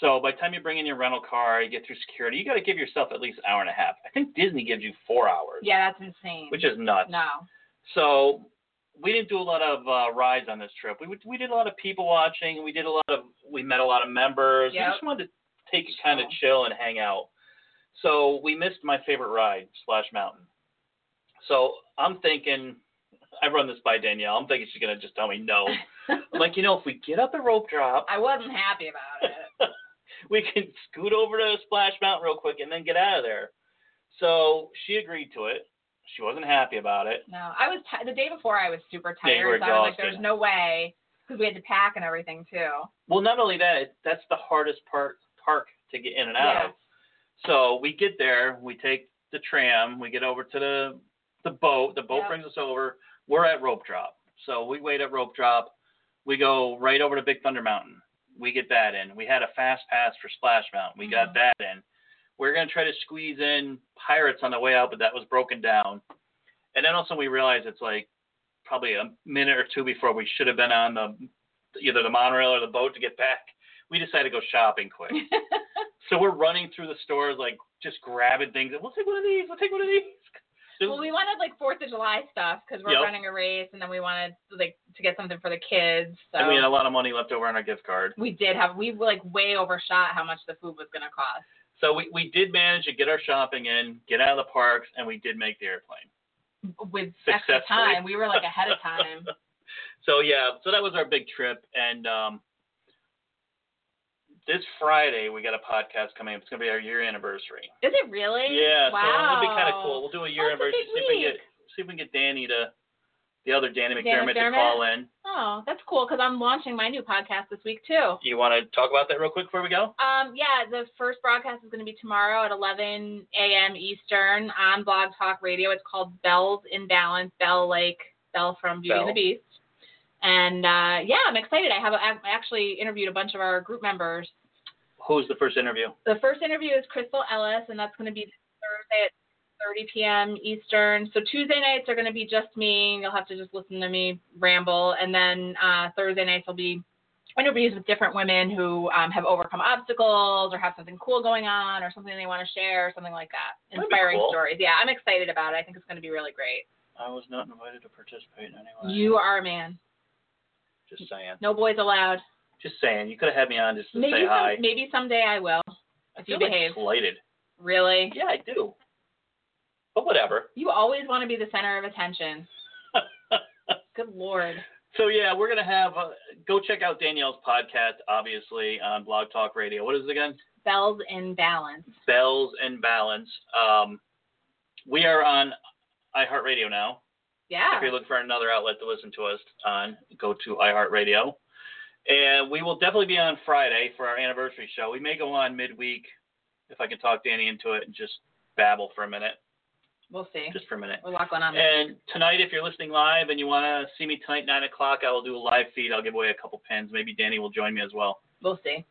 [SPEAKER 5] So by the time you bring in your rental car, you get through security, you got to give yourself at least an hour and a half. I think Disney gives you four hours,
[SPEAKER 6] Yeah, that's insane.
[SPEAKER 5] which is nuts.
[SPEAKER 6] no.
[SPEAKER 5] So we didn't do a lot of uh, rides on this trip. We would- we did a lot of people watching. We did a lot of we met a lot of members.
[SPEAKER 6] Yep.
[SPEAKER 5] We just wanted to take it kind of chill and hang out. So we missed my favorite ride, Splash Mountain. So I'm thinking, I run this by Danielle. I'm thinking she's gonna just tell me no. I'm like, you know, if we get up at Rope Drop,
[SPEAKER 6] I wasn't happy about it.
[SPEAKER 5] we can scoot over to Splash Mountain real quick and then get out of there. So she agreed to it. She wasn't happy about it.
[SPEAKER 6] No, I was ti the day before. I was super
[SPEAKER 5] Yeah, you were
[SPEAKER 6] tired. so I was like,
[SPEAKER 5] exhausted.
[SPEAKER 6] there's no way because we had to pack and everything too.
[SPEAKER 5] Well, not only that, it- that's the hardest part park to get in and out
[SPEAKER 6] Yeah.
[SPEAKER 5] of. So we get there, we take the tram, we get over to the the boat. The boat
[SPEAKER 6] Yep.
[SPEAKER 5] brings us over. We're at Rope Drop, so we wait at Rope Drop. We go right over to Big Thunder Mountain. We get that in. We had a fast pass for Splash Mountain. We got
[SPEAKER 6] Mhm.
[SPEAKER 5] that in. We're gonna try to squeeze in Pirates on the way out, but that was broken down. And then also we realized it's like probably a minute or two before we should have been on the either the monorail or the boat to get back. We decided to go shopping quick.
[SPEAKER 6] *laughs*
[SPEAKER 5] so we're running through the stores like just grabbing things. We'll take one of these. We'll take one of these.
[SPEAKER 6] Well, we wanted like Fourth of July stuff because we're
[SPEAKER 5] Yep.
[SPEAKER 6] running a race, and then we wanted like to get something for the kids. So
[SPEAKER 5] and we had a lot of money left over on our gift card.
[SPEAKER 6] we did have we like way overshot how much the food was gonna cost.
[SPEAKER 5] So we, we did manage to get our shopping in, get out of the parks, and we did make the airplane.
[SPEAKER 6] with extra
[SPEAKER 5] Successfully.
[SPEAKER 6] time. We were like ahead of
[SPEAKER 5] *laughs*
[SPEAKER 6] time.
[SPEAKER 5] So yeah, so that was our big trip. And um, this Friday we got a podcast coming up. It's gonna be our year anniversary.
[SPEAKER 6] Is it really?
[SPEAKER 5] Yeah,
[SPEAKER 6] Wow.
[SPEAKER 5] so it'll be kind of cool. We'll do a year
[SPEAKER 6] Oh, it's a
[SPEAKER 5] anniversary.
[SPEAKER 6] big
[SPEAKER 5] See if we can
[SPEAKER 6] week.
[SPEAKER 5] get see if we can get Danny to the other Danny
[SPEAKER 6] Danny
[SPEAKER 5] McDermott, to
[SPEAKER 6] McDermott?
[SPEAKER 5] call in.
[SPEAKER 6] Oh, that's cool because I'm launching my new podcast this week too.
[SPEAKER 5] You want to talk about that real quick before we go?
[SPEAKER 6] Um, yeah, the first broadcast is going to be tomorrow at 11 a.m. Eastern on Blog Talk Radio. It's called Bells in Balance, Bell like Bell from Beauty
[SPEAKER 5] Belle.
[SPEAKER 6] and the Beast. And uh, yeah, I'm excited. I have I actually interviewed a bunch of our group members.
[SPEAKER 5] Who's the first interview?
[SPEAKER 6] The first interview is Crystal Ellis, and that's going to be Thursday at 30 p.m. Eastern. So Tuesday nights are going to be just me. You'll have to just listen to me ramble, and then uh, Thursday nights will be interviews with different women who um, have overcome obstacles or have something cool going on or something they want to share or something like that.
[SPEAKER 5] That'd be
[SPEAKER 6] Inspiring
[SPEAKER 5] cool.
[SPEAKER 6] stories. Yeah, I'm excited about it. I think it's going to be really great.
[SPEAKER 5] I was not invited to participate in any way.
[SPEAKER 6] You are a man.
[SPEAKER 5] Just saying.
[SPEAKER 6] No boys allowed.
[SPEAKER 5] Just saying. You could have had me on just to
[SPEAKER 6] Maybe
[SPEAKER 5] say hi.
[SPEAKER 6] some, maybe someday I will.
[SPEAKER 5] I
[SPEAKER 6] if you
[SPEAKER 5] feel like
[SPEAKER 6] behave.
[SPEAKER 5] slighted.
[SPEAKER 6] Really?
[SPEAKER 5] Yeah, I do. But whatever.
[SPEAKER 6] You always want to be the center of
[SPEAKER 5] *laughs*
[SPEAKER 6] attention. Good lord.
[SPEAKER 5] So yeah, we're gonna have uh, go check out Danielle's podcast, obviously on Blog Talk Radio. What is it again?
[SPEAKER 6] Bells in Balance.
[SPEAKER 5] Bells and Balance. Um, we are on iHeartRadio now.
[SPEAKER 6] Yeah.
[SPEAKER 5] If you're looking for another outlet to listen to us on, go to iHeartRadio. And we will definitely be on Friday for our anniversary show. We may go on midweek if I can talk Danny into it and just babble for a minute.
[SPEAKER 6] We'll see.
[SPEAKER 5] Just for a minute.
[SPEAKER 6] We're lot going on.
[SPEAKER 5] And tonight, if you're listening live and you want to see me tonight, 9 o'clock, I will do a live feed. I'll give away a couple pins. Maybe Danny will join me as well. *laughs*
[SPEAKER 6] We'll see.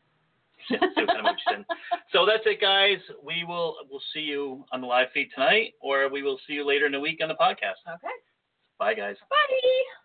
[SPEAKER 5] See what kind of interesting. So that's it, guys. We will we'll see you on the live feed tonight, or we will see you later in the week on the podcast.
[SPEAKER 6] Okay.
[SPEAKER 5] Bye, guys.
[SPEAKER 6] Bye.